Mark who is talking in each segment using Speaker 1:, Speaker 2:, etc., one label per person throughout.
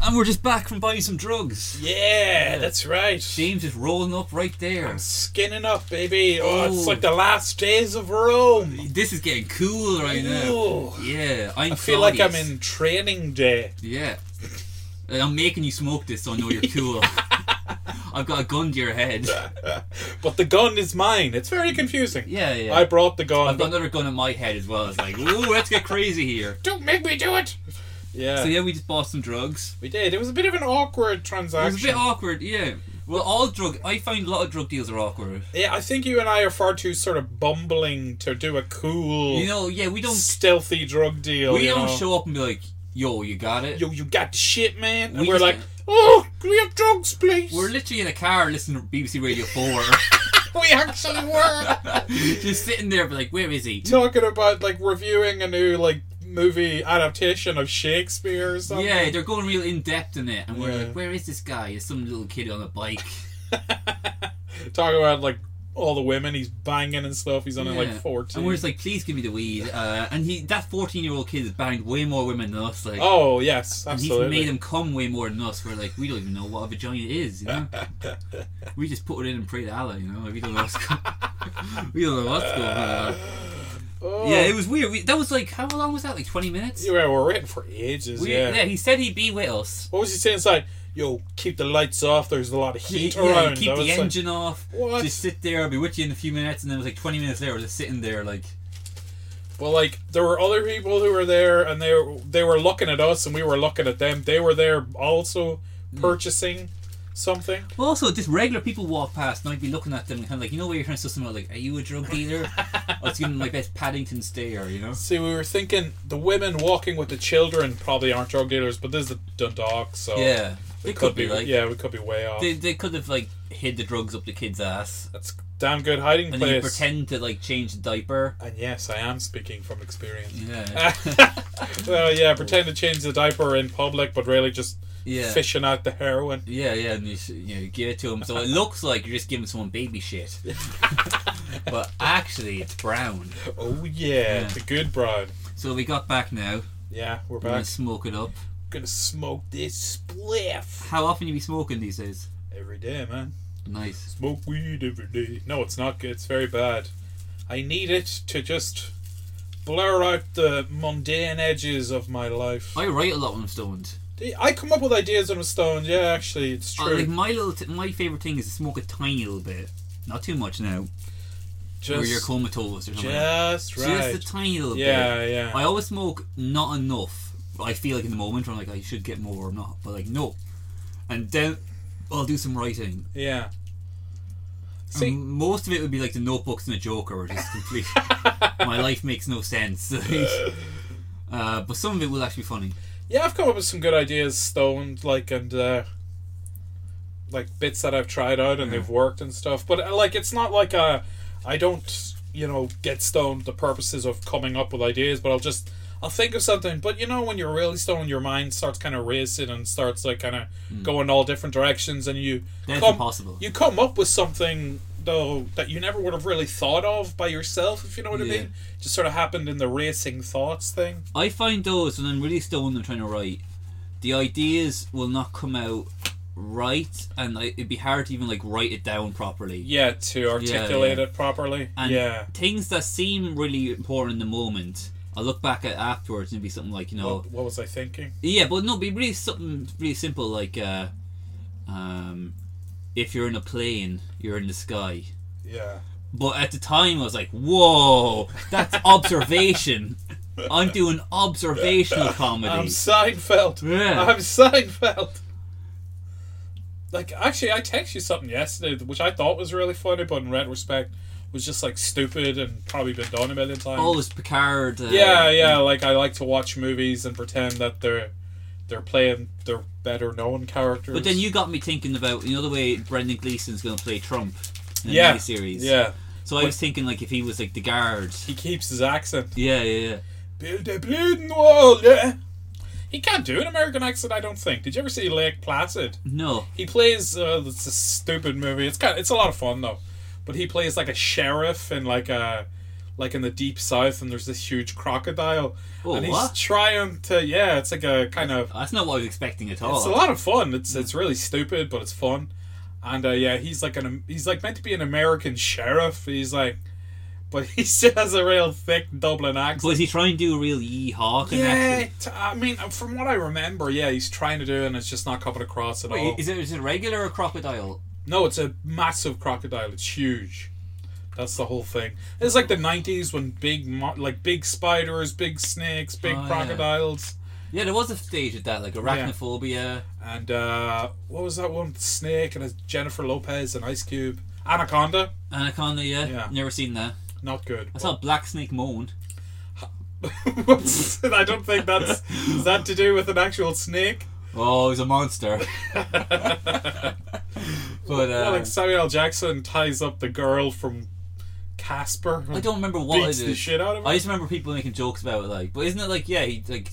Speaker 1: And we're just back from buying some drugs.
Speaker 2: Yeah, that's right.
Speaker 1: James is rolling up right there.
Speaker 2: Skinning up, baby. Oh,
Speaker 1: Oh.
Speaker 2: it's like the last days of Rome.
Speaker 1: This is getting cool right now.
Speaker 2: Ooh.
Speaker 1: Yeah, I'm
Speaker 2: I feel like I'm
Speaker 1: Claudius.
Speaker 2: in training day.
Speaker 1: Yeah. And I'm making you smoke this so I know you're cool. I've got a gun to your head.
Speaker 2: But the gun is mine. It's very confusing.
Speaker 1: Yeah, yeah.
Speaker 2: I brought the gun.
Speaker 1: I've got
Speaker 2: But
Speaker 1: another gun in my head as well. It's like, ooh, let's get crazy here.
Speaker 2: don't make me do it. Yeah,
Speaker 1: So yeah, we just bought some drugs.
Speaker 2: we did. It was a bit of an awkward
Speaker 1: It
Speaker 2: transaction.
Speaker 1: was a bit awkward, yeah. Well, all drug. I find a lot of drug deals are awkward.
Speaker 2: yeah, I think you and I are far too sort of bumbling to do a cool,
Speaker 1: You know, yeah, we don't.
Speaker 2: stealthy drug deal.
Speaker 1: We
Speaker 2: Oh. you
Speaker 1: don't
Speaker 2: know.
Speaker 1: show up and be like, yo, you got it.
Speaker 2: Yo, you got the shit, man. And
Speaker 1: We
Speaker 2: we are
Speaker 1: just-
Speaker 2: like, oh, can we have drugs, please?
Speaker 1: We're literally in a car listening to BBC Radio
Speaker 2: we actually were.
Speaker 1: 4. just sitting there, be like, where is he?
Speaker 2: talking about like reviewing a new like movie adaptation of Shakespeare or something.
Speaker 1: Yeah, they're going real in depth in it, and we're
Speaker 2: Yeah.
Speaker 1: like, where is this guy? It's some little kid on a bike.
Speaker 2: Talking about like all the women he's banging and stuff. He's only like
Speaker 1: Yeah.
Speaker 2: fourteen.
Speaker 1: And we're just like, please give me the weed. Uh, and he, that 14 year old kid has banged way more women than us. Like,
Speaker 2: oh yes,
Speaker 1: and he's
Speaker 2: absolutely.
Speaker 1: made them come way more than us. We're like, we don't even know what a vagina is, you know? we just put it in and pray to Allah, you know? Like, we don't know what's going We don't know what's going on.
Speaker 2: oh.
Speaker 1: Yeah, it was weird. We, that was like, how long was that? Like 20 minutes?
Speaker 2: Yeah, we were waiting for ages.
Speaker 1: We-
Speaker 2: yeah.
Speaker 1: yeah, he said he'd be with us.
Speaker 2: What was he saying? It's like, yo, keep the lights off. There's a lot of heat
Speaker 1: Yeah,
Speaker 2: around. I
Speaker 1: keep
Speaker 2: was
Speaker 1: the
Speaker 2: like,
Speaker 1: engine off.
Speaker 2: What?
Speaker 1: Just sit there. I'll be with you in a few minutes. And then it was like 20 minutes later, we're just sitting there, like,
Speaker 2: Well, like there were other people who were there, and they were, they were looking at us, and we were looking at them. They were there also
Speaker 1: Mm.
Speaker 2: purchasing something.
Speaker 1: Well, also, just regular people walk past and I'd be looking at them and kind of like, you know, where you're trying to suss them out, like, are you a drug dealer? I was giving them my best Paddington stare, you know?
Speaker 2: See, we were thinking the women walking with the children probably aren't drug dealers, but this is the Dundalk, so
Speaker 1: Yeah. They
Speaker 2: Oh, it
Speaker 1: could be, like,
Speaker 2: yeah, we could be way off.
Speaker 1: they, they could have, like, hid the drugs up the kid's ass.
Speaker 2: That's damn good hiding
Speaker 1: And then you
Speaker 2: place.
Speaker 1: pretend to, like, change the diaper.
Speaker 2: and yes, I am speaking from experience.
Speaker 1: Yeah.
Speaker 2: Well, yeah, pretend to change the diaper in public, but really just
Speaker 1: Yeah.
Speaker 2: fishing out the heroin.
Speaker 1: Yeah, yeah, and you, s- you, know, you give it to him. So it looks like you're just giving someone baby shit. but actually, it's brown.
Speaker 2: Oh yeah,
Speaker 1: Yeah.
Speaker 2: the good brown.
Speaker 1: So we got back now.
Speaker 2: Yeah, we're
Speaker 1: We're going
Speaker 2: back.
Speaker 1: to smoke it up.
Speaker 2: Gonna smoke this spliff
Speaker 1: How often you be smoking these days?
Speaker 2: every day, man.
Speaker 1: Nice.
Speaker 2: Smoke weed every day. No, it's not good. It's very bad. I need it to just blur out the mundane edges of my life.
Speaker 1: I write a lot when I'm stoned.
Speaker 2: I come up with ideas when I'm stoned. Yeah, actually, it's
Speaker 1: Uh,
Speaker 2: true.
Speaker 1: like my little, t- my favorite thing is to smoke a tiny little bit, not too much now, or you're
Speaker 2: just,
Speaker 1: comatose or something.
Speaker 2: just
Speaker 1: So Just a
Speaker 2: right.
Speaker 1: tiny little bit.
Speaker 2: Yeah, yeah.
Speaker 1: I always smoke not enough. I feel like in the moment where I'm like I should get more, I'm not, but like no, and then I'll do some writing.
Speaker 2: Yeah.
Speaker 1: See,
Speaker 2: See-
Speaker 1: most of it would be like the notebooks and the Joker, which is complete. my life makes no sense. uh, but some of it will actually be funny.
Speaker 2: Yeah, I've come up with some good ideas stoned, like, and, uh, like bits that I've tried out and
Speaker 1: Mm.
Speaker 2: they've worked and stuff. But, uh, like, it's not like I I don't, you know, get stoned the purposes of coming up with ideas, but I'll just, I'll think of something. But, you know, when you're really stoned, your mind starts kind of racing and starts, like, kind of going all different directions and you
Speaker 1: That's
Speaker 2: come,
Speaker 1: Mm. impossible.
Speaker 2: you come up with something though that you never would have really thought of by yourself if you know what
Speaker 1: Yeah.
Speaker 2: i mean just sort of happened in the racing thoughts thing
Speaker 1: I find those when I'm really stoned and trying to write, the ideas will not come out right, and I, it'd be hard to even like write it down properly.
Speaker 2: yeah to articulate
Speaker 1: yeah.
Speaker 2: it properly
Speaker 1: And
Speaker 2: yeah
Speaker 1: things that seem really important in the moment, I look back at afterwards and it'd be something like you know,
Speaker 2: what, what was i thinking
Speaker 1: yeah, but no, be really something really simple like, uh, um, if you're in a plane, you're in the sky.
Speaker 2: yeah
Speaker 1: But at the time, I was like, whoa, that's observation. I'm doing observational comedy.
Speaker 2: i'm seinfeld
Speaker 1: Yeah.
Speaker 2: i'm seinfeld like actually i texted you something yesterday which i thought was really funny but in retrospect was just like stupid and probably been done a million times
Speaker 1: Oh, it's Picard. Uh,
Speaker 2: Yeah, yeah. Like I like to watch movies and pretend that they're they're playing their better known characters.
Speaker 1: But then you got me thinking about you know the way Brendan Gleeson's going to play Trump in
Speaker 2: yeah,
Speaker 1: the series.
Speaker 2: Yeah,
Speaker 1: So I was thinking like if he was like the guard.
Speaker 2: he keeps his accent.
Speaker 1: Yeah, yeah, yeah.
Speaker 2: Build a bleeding wall. Yeah. He can't do an American accent, I don't think. Did you ever see Lake Placid?
Speaker 1: No.
Speaker 2: He plays. Uh, it's a stupid movie. It's kind. It's a lot of fun though. But he plays like a sheriff in like a like in the deep south, and there's this huge crocodile,
Speaker 1: Oh,
Speaker 2: and he's
Speaker 1: what?
Speaker 2: trying to yeah, it's like a kind of
Speaker 1: That's not what I was expecting at all.
Speaker 2: it's a lot of fun. It's it's really stupid, but it's fun. And uh, yeah, he's like an he's like meant to be an American sheriff. He's like, but he still has a real thick Dublin accent.
Speaker 1: But is he trying to do a real yeehaw
Speaker 2: yeah,
Speaker 1: connection?
Speaker 2: t- I mean, uh, from what I remember, yeah, he's trying to do, it and it's just not coming across at all.
Speaker 1: Wait, is it, is it regular or crocodile?
Speaker 2: No, it's a massive crocodile. It's huge. That's the whole thing. It's like the '90s when big, mo- like big spiders, big snakes, big
Speaker 1: Oh, yeah.
Speaker 2: crocodiles,
Speaker 1: Yeah, there was a stage of that, like arachnophobia.
Speaker 2: and uh, what was that one? Snake and it's Jennifer Lopez and Ice Cube, Anaconda.
Speaker 1: Anaconda, yeah.
Speaker 2: Yeah.
Speaker 1: Never seen that.
Speaker 2: Not good.
Speaker 1: I saw Black Snake Moan.
Speaker 2: What's- I don't think that's is that to do with an actual snake.
Speaker 1: Oh, he's a monster. but
Speaker 2: Yeah,
Speaker 1: uh,
Speaker 2: like Samuel L. Jackson ties up the girl from Casper.
Speaker 1: I don't remember what
Speaker 2: beats
Speaker 1: it
Speaker 2: the
Speaker 1: is.
Speaker 2: shit out of her.
Speaker 1: I just remember people making jokes about it, like, but isn't it like, yeah, he like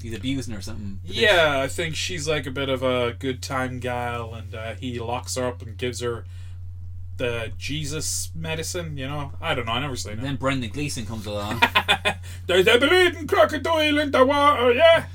Speaker 1: he's abusing her or something? But they-
Speaker 2: Yeah, I think she's like a bit of a good time gal, and uh, he locks her up and gives her the Jesus medicine. You know, I don't know. I never seen it.
Speaker 1: Then Brendan Gleeson comes along.
Speaker 2: There's a bleeding crocodile in the water. Yeah,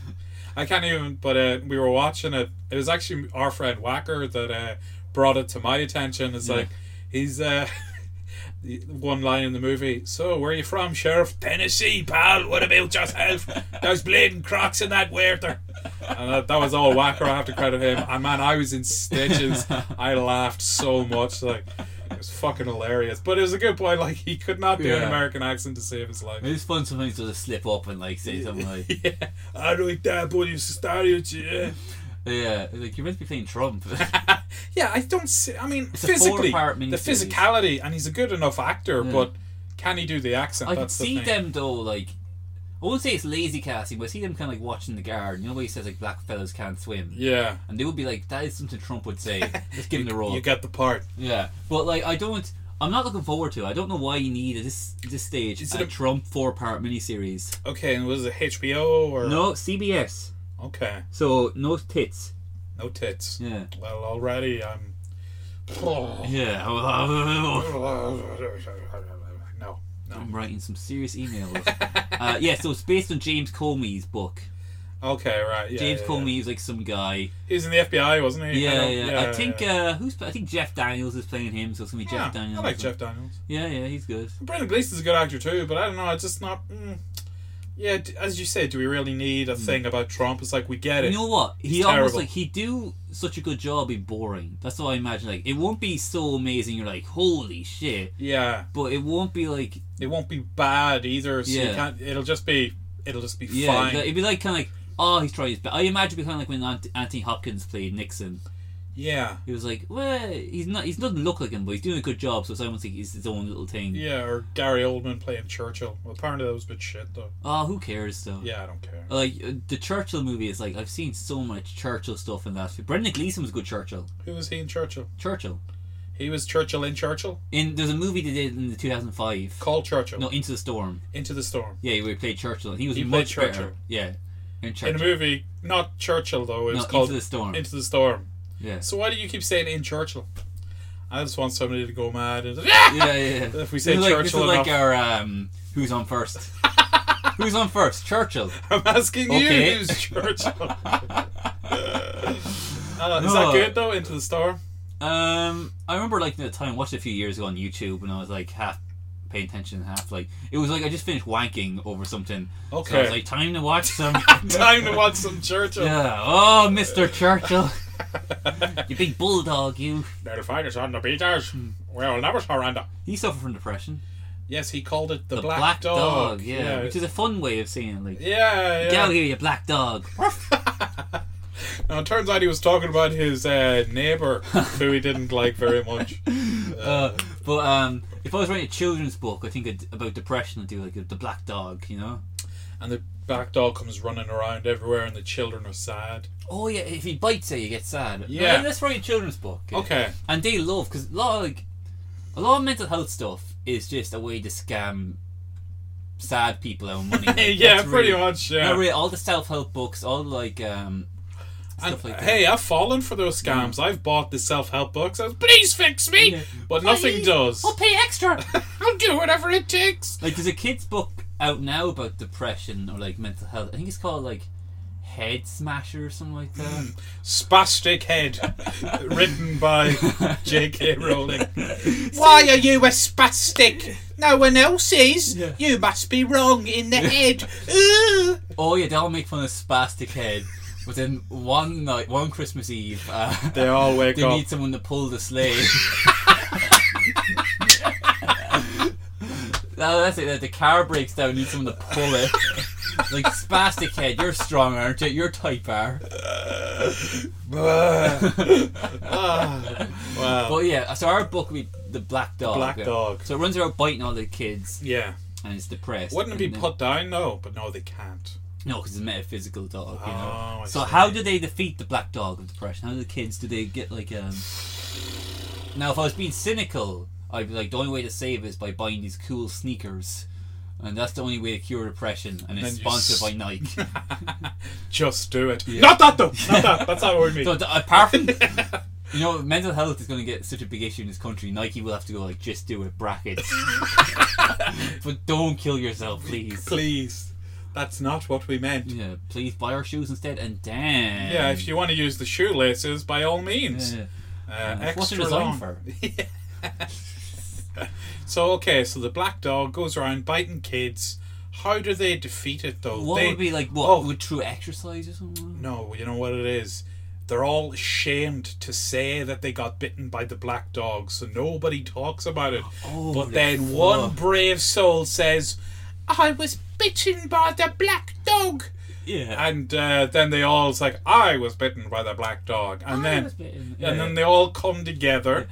Speaker 2: I can't even. But uh, we were watching it. It was actually our friend Wacker that uh, brought it to my attention. It's like he's uh, the one line in the movie. So where are you from, Sheriff? Tennessee, pal. What about yourself? There's bleeding crocs in that water. And that, that was all Wacker. I have to credit him. And man, I was in stitches. I laughed so much. Like. It was fucking hilarious, but it was a good point. Like he could not do an
Speaker 1: Yeah.
Speaker 2: American accent to save his life.
Speaker 1: it's fun sometimes to just slip up and like say something like,
Speaker 2: Yeah, I like that, but it's yeah.
Speaker 1: yeah, like you're meant to be playing Trump.
Speaker 2: Yeah, I don't see. I mean,
Speaker 1: a
Speaker 2: physically,
Speaker 1: four-part
Speaker 2: the
Speaker 1: miniseries.
Speaker 2: physicality, and he's a good enough actor, but can he do the accent?
Speaker 1: I could
Speaker 2: That's the
Speaker 1: see
Speaker 2: thing.
Speaker 1: them though, like I wouldn't say it's lazy casting, but I see them kind of like watching the guard. You know, where he says like black fellas can't swim,
Speaker 2: Yeah,
Speaker 1: and they would be like, that is something Trump would say. Let's give him the role.
Speaker 2: you get the part.
Speaker 1: yeah, but like I don't. I'm not looking forward to. it. I don't know why you need at this this stage
Speaker 2: Is it
Speaker 1: a,
Speaker 2: a-
Speaker 1: Trump four part miniseries.
Speaker 2: Okay, and was it HBO or
Speaker 1: No CBS,
Speaker 2: Okay,
Speaker 1: so no tits.
Speaker 2: no tits.
Speaker 1: Yeah,
Speaker 2: Well, already I'm. Oh.
Speaker 1: yeah.
Speaker 2: No, no.
Speaker 1: I'm writing some serious emails. uh, yeah, so it's based on James Comey's book.
Speaker 2: Okay, right. Yeah,
Speaker 1: James
Speaker 2: yeah,
Speaker 1: Comey is like some guy.
Speaker 2: Yeah. He was in the FBI, wasn't he?
Speaker 1: Yeah,
Speaker 2: don't-
Speaker 1: yeah. I think Uh, who's I think Jeff Daniels is playing him, so it's gonna be
Speaker 2: Yeah,
Speaker 1: Jeff Daniels.
Speaker 2: I like Jeff Daniels.
Speaker 1: Yeah, yeah, he's good.
Speaker 2: Brendan Gleeson's a good actor too, but I don't know. It's just not. Mm, yeah, d- as you said, do we really need a thing about Trump? It's like we
Speaker 1: Hmm.
Speaker 2: get
Speaker 1: You
Speaker 2: it.
Speaker 1: know what? He
Speaker 2: He's
Speaker 1: almost
Speaker 2: terrible.
Speaker 1: like he do such a good job in boring. That's what I imagine. Like it won't be so amazing. You're like, holy shit!
Speaker 2: Yeah,
Speaker 1: But it won't be like
Speaker 2: it won't be bad either. So
Speaker 1: Yeah.
Speaker 2: you can't. It'll just be. It'll just be
Speaker 1: yeah,
Speaker 2: fine.
Speaker 1: like, it'd be like kind of like oh, he's trying his best. I imagine it kind of like when Ant- Anthony Hopkins played Nixon.
Speaker 2: yeah,
Speaker 1: He was like, well, he's not. He doesn't look like him, but he's doing a good job. So it's almost like he's his own little thing.
Speaker 2: yeah. Or Gary Oldman playing Churchill. Well, apparently that was a bit shit though.
Speaker 1: Oh, who cares though?
Speaker 2: Yeah, I don't care.
Speaker 1: Like uh, the Churchill movie is like I've seen so much Churchill stuff in that. Brendan Gleeson was good Churchill.
Speaker 2: Who was he in Churchill?
Speaker 1: Churchill.
Speaker 2: He was Churchill in Churchill.
Speaker 1: In there's a movie they did in the 2005.
Speaker 2: Call Churchill.
Speaker 1: No, Into the Storm.
Speaker 2: Into the storm.
Speaker 1: Yeah, where he played Churchill. He was
Speaker 2: He played
Speaker 1: much better.
Speaker 2: Churchill.
Speaker 1: Yeah, in
Speaker 2: In a
Speaker 1: Churchill.
Speaker 2: movie, not Churchill though. It
Speaker 1: no,
Speaker 2: was called
Speaker 1: Into the Storm.
Speaker 2: Into the storm.
Speaker 1: yeah.
Speaker 2: So why do you keep saying in Churchill? I just want somebody to go mad and.
Speaker 1: yeah, yeah, yeah.
Speaker 2: If we say
Speaker 1: this is like,
Speaker 2: Churchill
Speaker 1: this is like
Speaker 2: enough.
Speaker 1: our um, who's on first. who's on first? Churchill.
Speaker 2: I'm asking
Speaker 1: Okay.
Speaker 2: you, who's Churchill? Uh, Is
Speaker 1: No.
Speaker 2: that good though? Into the storm.
Speaker 1: Um, I remember like at the time I watched it a few years ago on YouTube, and I was like half paying attention, half like it was like I just finished wanking over something. So I was
Speaker 2: Okay.
Speaker 1: like, time to watch some.
Speaker 2: Time to watch some Churchill.
Speaker 1: yeah. Oh, Mr. Churchill. you big bulldog, you.
Speaker 2: Now to find us on the beaches.
Speaker 1: Hmm.
Speaker 2: We'll never surrender.
Speaker 1: He suffered from depression.
Speaker 2: Yes, he called it the,
Speaker 1: The
Speaker 2: black,
Speaker 1: black
Speaker 2: dog.
Speaker 1: yeah, which is a fun way of saying it, like,
Speaker 2: yeah, yeah.
Speaker 1: get out here, you black dog.
Speaker 2: Now it turns out he was talking about his uh, neighbor who he didn't like very much.
Speaker 1: Uh, but um, if I was writing a children's book, I think I'd, about depression, I'd do like the black dog, you know.
Speaker 2: And the black dog comes running around everywhere, and the children are sad.
Speaker 1: Oh yeah, if he bites it, you get sad.
Speaker 2: Yeah. Oh,
Speaker 1: Like, let's write a children's book.
Speaker 2: Okay.
Speaker 1: and they love because a lot of, like a lot of mental health stuff is just a way to scam sad people out of money. Like,
Speaker 2: yeah,
Speaker 1: that's
Speaker 2: pretty
Speaker 1: really-
Speaker 2: much. Yeah.
Speaker 1: no, really, all the self help books, all the, like um, stuff
Speaker 2: And,
Speaker 1: like that.
Speaker 2: Hey, I've fallen for those scams. I've bought the self help books. I was, please fix me,
Speaker 1: Yeah.
Speaker 2: but nothing
Speaker 1: Please,
Speaker 2: does.
Speaker 1: I'll oh, pay extra.
Speaker 2: I'll I'll do whatever it takes.
Speaker 1: Like, there's a kid's book out now about depression or like mental health. I think it's called like Head Smasher or something like that.
Speaker 2: Spastic Head, written by J.K. Rowling. Why are you a spastic? No one else is.
Speaker 1: Yeah.
Speaker 2: You must be wrong in the head. Ooh.
Speaker 1: oh yeah, they'll make fun of Spastic Head. But then one night, one Christmas Eve, uh,
Speaker 2: They all wake
Speaker 1: they
Speaker 2: up.
Speaker 1: need someone to pull the sleigh. no, that's it. The- The car breaks down. Need someone to pull it. Like spastic head, you're strong, aren't you? You're tight bar.
Speaker 2: Ah. wow.
Speaker 1: But yeah, so our book would be the black dog.
Speaker 2: Black
Speaker 1: yeah.
Speaker 2: Dog.
Speaker 1: So it runs around biting all the kids
Speaker 2: Yeah.
Speaker 1: and it's depressed.
Speaker 2: Wouldn't it be
Speaker 1: And then-
Speaker 2: put down? No, but no, they can't.
Speaker 1: No, because it's a metaphysical dog. You know?
Speaker 2: Oh, I
Speaker 1: so
Speaker 2: see.
Speaker 1: how do they defeat the black dog of depression? How do the kids do they get like um? Now, if I was being cynical, I'd be like the only way to save is by buying these cool sneakers, and that's the only way to cure depression. And it's
Speaker 2: Then you
Speaker 1: sponsored
Speaker 2: s-
Speaker 1: by Nike.
Speaker 2: Just do it. Not that though. Not that. That's not what we mean.
Speaker 1: so th- apart from. You know, mental health is going to get such a big issue in this country. Nike will have to go like, just do it, brackets. but don't kill yourself, please.
Speaker 2: Please. That's not what we meant.
Speaker 1: Yeah, please buy our shoes instead. And damn.
Speaker 2: Yeah, if you want to use the shoelaces, by all means.
Speaker 1: Yeah.
Speaker 2: Uh,
Speaker 1: What's it
Speaker 2: extra
Speaker 1: designed
Speaker 2: long.
Speaker 1: for?
Speaker 2: so okay, so the black dog goes around biting kids. How do they defeat it though?
Speaker 1: What
Speaker 2: They-
Speaker 1: would be like what
Speaker 2: Oh.
Speaker 1: with true exercise or something?
Speaker 2: No, you know what it is. They're all ashamed to say that they got bitten by the black dog, so nobody talks about it.
Speaker 1: Oh,
Speaker 2: but
Speaker 1: the
Speaker 2: then one brave soul says, "I was bitten by the black dog,"
Speaker 1: Yeah.
Speaker 2: and uh, then they all's like, "I was bitten by the black dog," and then
Speaker 1: yeah.
Speaker 2: and then they all come together.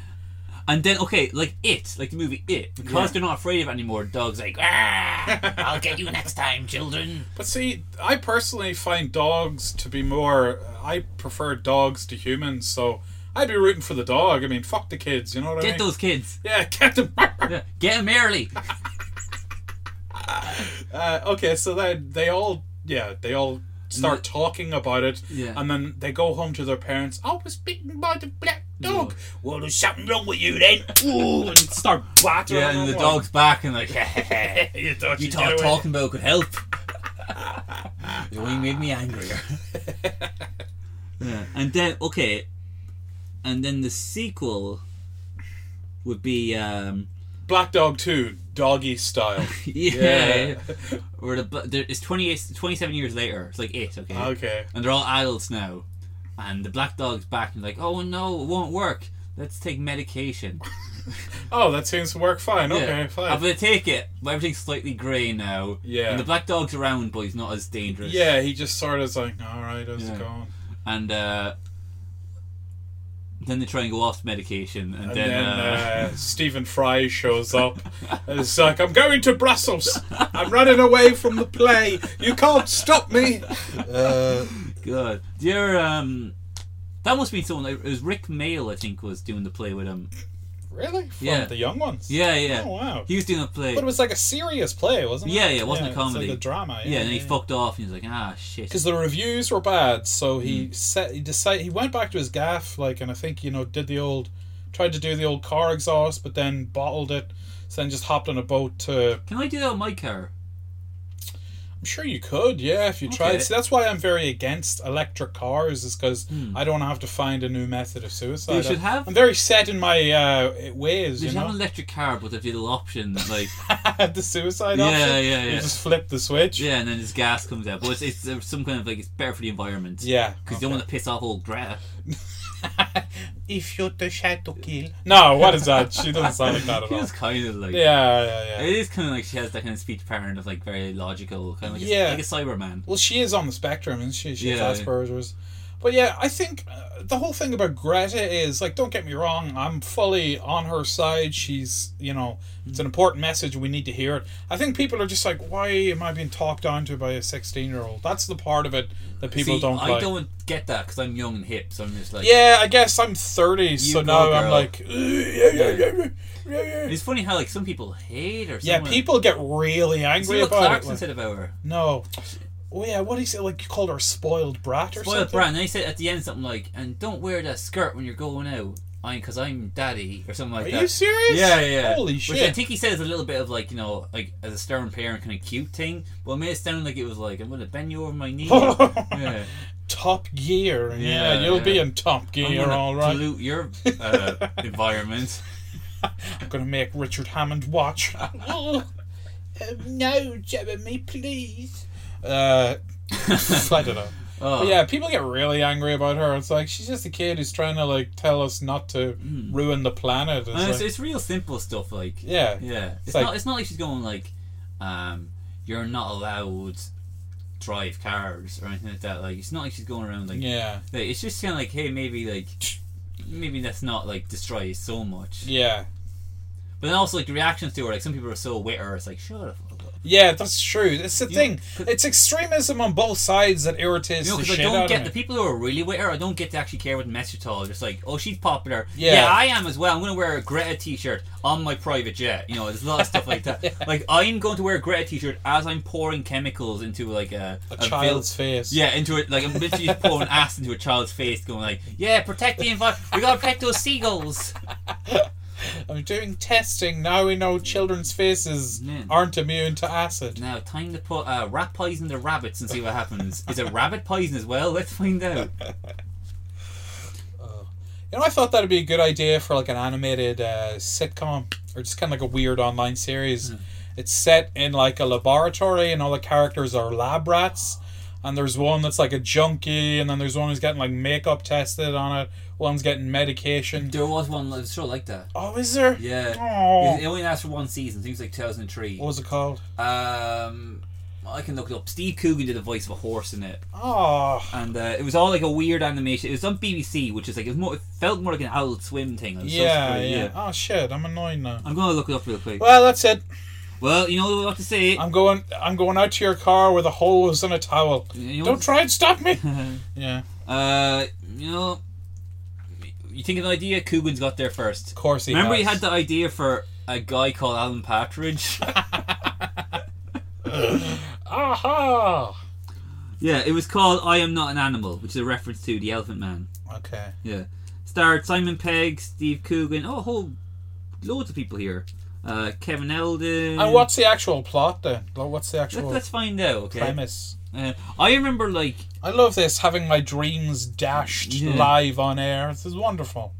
Speaker 1: and then okay, like it, like the movie It, because
Speaker 2: Yeah.
Speaker 1: they're not afraid of it anymore. Dogs like, ah, I'll get you next time, children.
Speaker 2: But see, I personally find dogs to be more. I prefer dogs to humans, so I'd be rooting for the dog. I mean, fuck the kids, you know what I
Speaker 1: Get
Speaker 2: mean?
Speaker 1: those kids.
Speaker 2: yeah, get them.
Speaker 1: Yeah, Get them early.
Speaker 2: uh, okay, so then they all, yeah, they all start talking about it,
Speaker 1: Yeah.
Speaker 2: and then they go home to their parents. I was bitten by the black dog. Well, there's something wrong with you then. Ooh, and start battering.
Speaker 1: Yeah, and the
Speaker 2: them.
Speaker 1: dog's back and like,
Speaker 2: You thought
Speaker 1: you
Speaker 2: you'd
Speaker 1: thought
Speaker 2: get away.
Speaker 1: talking about could help. it only made me angrier. yeah. And then okay, and then the sequel would be um
Speaker 2: Black Dog Two, doggy style.
Speaker 1: Yeah. Or the but there, it's 28, 27 years later. It's like eight, okay.
Speaker 2: okay.
Speaker 1: And they're all adults now. And the black dog's back and like, oh no, it won't work. Let's take medication.
Speaker 2: Oh, that seems to work fine.
Speaker 1: yeah.
Speaker 2: Okay, fine.
Speaker 1: I'm gonna take it. But everything's slightly grey now.
Speaker 2: Yeah.
Speaker 1: And the black dog's around, but he's not as dangerous.
Speaker 2: Yeah, he just sort of is like, all right, how's
Speaker 1: Yeah.
Speaker 2: it going?
Speaker 1: And uh, then they try and go off medication, and,
Speaker 2: And
Speaker 1: then,
Speaker 2: then,
Speaker 1: uh,
Speaker 2: uh, Stephen Fry shows up. and it's like, I'm going to Brussels. I'm running away from the play. You can't stop me.
Speaker 1: God, dear, um, that must be someone. It was Rick Mail, I think, was doing the play with him.
Speaker 2: Really? From
Speaker 1: Yeah.
Speaker 2: the young ones?
Speaker 1: Yeah, yeah.
Speaker 2: Oh, wow.
Speaker 1: He was doing a play.
Speaker 2: But it was like a serious play, wasn't it?
Speaker 1: Yeah, yeah, it wasn't a comedy.
Speaker 2: It was like a drama.
Speaker 1: Yeah, and he fucked off, and he was like, ah, shit.
Speaker 2: because the reviews were bad, so he
Speaker 1: Mm.
Speaker 2: set he decided he went back to his gaff, like, and I think you know did the old, tried to do the old car exhaust, but then bottled it, so then just hopped on a boat to
Speaker 1: Can I do that with my car?
Speaker 2: I'm sure you could, yeah, if you
Speaker 1: Okay.
Speaker 2: tried. See, that's why I'm very against electric cars, is because I don't have to find a new method of suicide.
Speaker 1: They Hmm. should have-
Speaker 2: I'm very set in my uh, ways,
Speaker 1: There's
Speaker 2: you
Speaker 1: not
Speaker 2: know.
Speaker 1: an electric car, but a little option, like
Speaker 2: the suicide
Speaker 1: Yeah,
Speaker 2: option.
Speaker 1: yeah, yeah.
Speaker 2: You just flip the switch.
Speaker 1: yeah, and then this gas comes out. But it's, it's uh, some kind of like it's better for the environment.
Speaker 2: Yeah. Oh.
Speaker 1: because you don't want to piss off old Greta.
Speaker 2: If you decide to kill. No, what is that? She doesn't sound like that at
Speaker 1: She
Speaker 2: all.
Speaker 1: was kind of like
Speaker 2: Yeah, yeah, yeah.
Speaker 1: It is kind of like she has that kind of speech pattern of like very logical, kind of like,
Speaker 2: Yeah.
Speaker 1: a, like a Cyberman.
Speaker 2: Well, she is on the spectrum, and she she
Speaker 1: Yeah.
Speaker 2: has Asperger's. But yeah, I think uh, the whole thing about Greta is like, don't get me wrong, I'm fully on her side. She's, you know, it's
Speaker 1: Mm.
Speaker 2: an important message. We need to hear it. I think people are just like, why am I being talked down to by a 16 year old? That's the part of it that people
Speaker 1: See,
Speaker 2: don't
Speaker 1: I
Speaker 2: like.
Speaker 1: don't get that because I'm young and hip, so I'm just like.
Speaker 2: Yeah, I guess I'm 30, so
Speaker 1: go,
Speaker 2: now I'm
Speaker 1: girl.
Speaker 2: like, "Ugh, yeah, yeah, yeah, yeah, yeah, yeah."
Speaker 1: It's funny how like some people hate or
Speaker 2: yeah.
Speaker 1: someone-
Speaker 2: People get really
Speaker 1: See
Speaker 2: angry
Speaker 1: what
Speaker 2: about it.
Speaker 1: Clarkson said about her.
Speaker 2: no. Oh yeah, what do you say? Like you called her a spoiled brat or
Speaker 1: Spoiled
Speaker 2: something?
Speaker 1: brand. And he said at the end something like, "And don't wear that skirt when you're going out." I'm because I'm daddy or something like
Speaker 2: Are
Speaker 1: that.
Speaker 2: you serious?
Speaker 1: Yeah, yeah.
Speaker 2: Holy
Speaker 1: Which I
Speaker 2: shit.
Speaker 1: think he says a little bit of like you know like as a stern parent kind of cute thing, but it made it sound like it was like I'm gonna bend you over my knee. yeah.
Speaker 2: top gear. Yeah,
Speaker 1: Yeah,
Speaker 2: you'll be
Speaker 1: yeah.
Speaker 2: in top
Speaker 1: I'm
Speaker 2: gear,
Speaker 1: gonna
Speaker 2: all right.
Speaker 1: pollute your uh, environment.
Speaker 2: I'm gonna make Richard Hammond watch. oh, um, no, Jeremy, please. Uh, I don't know.
Speaker 1: Oh.
Speaker 2: But yeah, people get really angry about her. It's like she's just a kid who's trying to like tell us not to ruin the planet. It's
Speaker 1: hmm. And it's,
Speaker 2: like-
Speaker 1: it's real simple stuff like
Speaker 2: yeah,
Speaker 1: yeah. It's,
Speaker 2: like-
Speaker 1: not it's not like she's going like um, you're not allowed drive cars or anything like that. Like it's not like she's going around like,
Speaker 2: yeah,
Speaker 1: like, it's just kind of like hey maybe like maybe let's not like destroy it so much.
Speaker 2: yeah,
Speaker 1: But then also like the reactions to her like some people are so with her. It's like shut the fuck up.
Speaker 2: yeah. That's true. It's the
Speaker 1: You-
Speaker 2: thing. It's extremism on both sides that irritates
Speaker 1: You know,
Speaker 2: the
Speaker 1: 'cause
Speaker 2: shit
Speaker 1: I don't
Speaker 2: out
Speaker 1: get
Speaker 2: of
Speaker 1: the
Speaker 2: me.
Speaker 1: people who are really with her. I don't get to actually care what the message at all. Just like, oh, she's popular.
Speaker 2: Yeah.
Speaker 1: Yeah. I am as well. I'm going to wear a Greta T-shirt on my private jet. You know, there's a lot of stuff like that. Like, I'm going to wear a Greta T-shirt as I'm pouring chemicals into like a,
Speaker 2: a,
Speaker 1: vil-
Speaker 2: child's face.
Speaker 1: yeah, into it. Like I'm literally just pouring ass into a child's face, going like, "Yeah, protect the environment. We gotta protect those seagulls."
Speaker 2: I'm doing testing now. We know children's faces
Speaker 1: Yeah.
Speaker 2: aren't immune to acid.
Speaker 1: Now, time to put uh, rat poison to rabbits and see what happens. Is it rabbit poison as well? Let's find out.
Speaker 2: You know, I thought that'd be a good idea for like an animated uh, sitcom or just kind of like a weird online series. It's set in like a laboratory, and all the characters are lab rats. And there's one that's like a junkie, and then there's one who's getting like makeup tested on it. One's getting medication.
Speaker 1: There was one like, show like that.
Speaker 2: Oh, is there?
Speaker 1: Yeah.
Speaker 2: Oh.
Speaker 1: It only lasts for one season. I think it's like 2003.
Speaker 2: What was it called?
Speaker 1: Um, I can look it up. Steve Coogan did the voice of a horse in it,
Speaker 2: Oh,
Speaker 1: and uh, it was all like a weird animation. It was on BBC, which is like it, was more, it felt more like an Adult Swim thing. It was so
Speaker 2: yeah,
Speaker 1: screwy,
Speaker 2: yeah, Oh shit, I'm annoyed now.
Speaker 1: I'm gonna look it up real quick.
Speaker 2: Well, that's it.
Speaker 1: Well, you know what to say.
Speaker 2: I'm going. I'm going out to your car with a hose and a towel.
Speaker 1: You know
Speaker 2: Don't try and stop me. yeah,
Speaker 1: Uh, you know, you think of an idea. Coogan's got there first.
Speaker 2: of course he.
Speaker 1: Remember,
Speaker 2: has.
Speaker 1: he had the idea for a guy called Alan Partridge.
Speaker 2: Aha!
Speaker 1: yeah, it was called "I Am Not an Animal," which is a reference to the Elephant Man.
Speaker 2: Okay.
Speaker 1: Yeah. Starred Simon Pegg, Steve Coogan, oh, a whole loads of people here. Uh, Kevin Eldon.
Speaker 2: And what's the actual plot then? Like, What's the
Speaker 1: Let,
Speaker 2: actual
Speaker 1: let's find out, okay?
Speaker 2: premise?
Speaker 1: Uh, I remember, like,
Speaker 2: I love this having my dreams dashed
Speaker 1: Yeah.
Speaker 2: live on air. This is wonderful.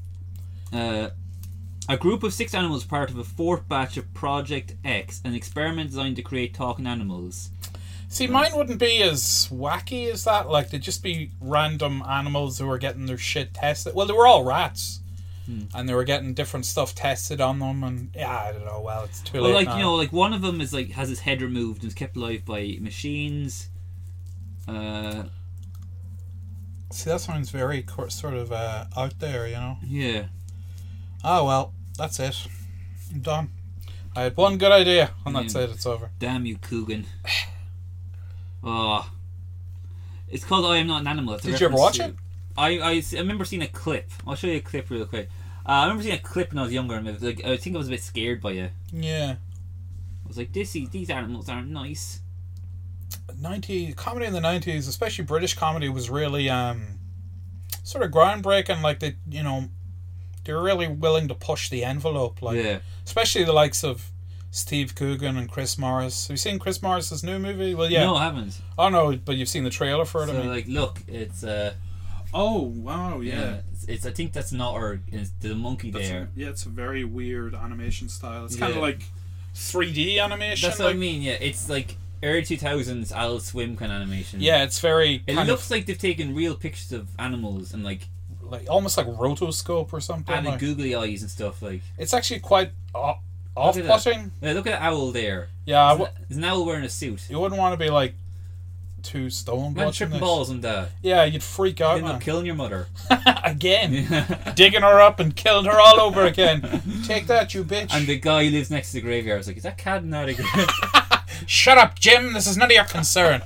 Speaker 1: uh, a group of six animals are part of a fourth batch of Project X, an experiment designed to create talking animals.
Speaker 2: See, mine wouldn't be as wacky as that. Like, they'd just be random animals who were getting their shit tested. Well, they were all rats.
Speaker 1: Hmm.
Speaker 2: And they were getting different stuff tested on them, and yeah, I don't know. Well, it's too
Speaker 1: But,
Speaker 2: late.
Speaker 1: like,
Speaker 2: now.
Speaker 1: you know, like one of them is like has his head removed and is kept alive by machines. Uh,
Speaker 2: See, that sounds very cor- sort of uh, out there, you know.
Speaker 1: yeah.
Speaker 2: Oh well, that's it. I'm done. I had one good idea, and that's
Speaker 1: Yeah.
Speaker 2: it. It's over.
Speaker 1: Damn you, Coogan. Oh. It's called I Am Not an Animal. It's a
Speaker 2: Did you ever
Speaker 1: reference
Speaker 2: watch
Speaker 1: to-
Speaker 2: it?
Speaker 1: I, I, s- I remember seeing a clip. I'll show you a clip real quick. Uh, I remember seeing a clip when I was younger, and it was like, I think I was a bit scared by it.
Speaker 2: Yeah.
Speaker 1: I was like, this is, these animals aren't nice.
Speaker 2: 90 comedy in the 90s especially british comedy was really um sort of groundbreaking like they you know they were really willing to push the envelope like
Speaker 1: yeah.
Speaker 2: especially the likes of steve coogan and chris morris have you seen chris morris's new movie well yeah
Speaker 1: No, I haven't.
Speaker 2: oh no but you've seen the trailer for it
Speaker 1: So,
Speaker 2: i mean
Speaker 1: like, look, it's, uh,
Speaker 3: Oh wow,
Speaker 1: yeah.
Speaker 3: yeah.
Speaker 1: it's, it's, I think that's not our, it's the monkey
Speaker 3: That's
Speaker 1: there.
Speaker 3: yeah, it's a very weird animation style. It's kind
Speaker 1: Yeah.
Speaker 3: of like
Speaker 2: 3d animation
Speaker 1: That's what
Speaker 2: like-
Speaker 1: I mean, yeah. It's like early 2000s Adult Swim kind of animation.
Speaker 2: yeah it's very
Speaker 1: It
Speaker 2: kind
Speaker 1: looks like they've taken real pictures of animals and, like,
Speaker 2: of like almost like rotoscope or something
Speaker 1: added
Speaker 2: like,
Speaker 1: googly eyes and stuff. Like,
Speaker 2: it's actually quite o-
Speaker 1: Look at that.
Speaker 2: off-putting
Speaker 1: yeah, look at that owl there.
Speaker 2: yeah I
Speaker 1: There's
Speaker 2: w-
Speaker 1: an- There's an owl wearing a suit.
Speaker 2: you wouldn't want to be like too stoned
Speaker 1: Man
Speaker 2: watching
Speaker 1: tripping
Speaker 2: this
Speaker 1: balls on that.
Speaker 2: yeah you'd freak out
Speaker 1: End
Speaker 2: man.
Speaker 1: up killing your mother.
Speaker 2: again, digging her up and killed her all over again. Take that, you bitch!
Speaker 1: And the guy who lives next to the graveyard is like, is that cat not again?
Speaker 2: Shut up, Jim. This is none of your concern.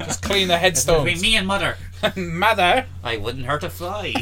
Speaker 2: Just clean the
Speaker 1: Between
Speaker 2: headstones,
Speaker 1: me and mother,
Speaker 2: mother.
Speaker 1: I wouldn't hurt a fly.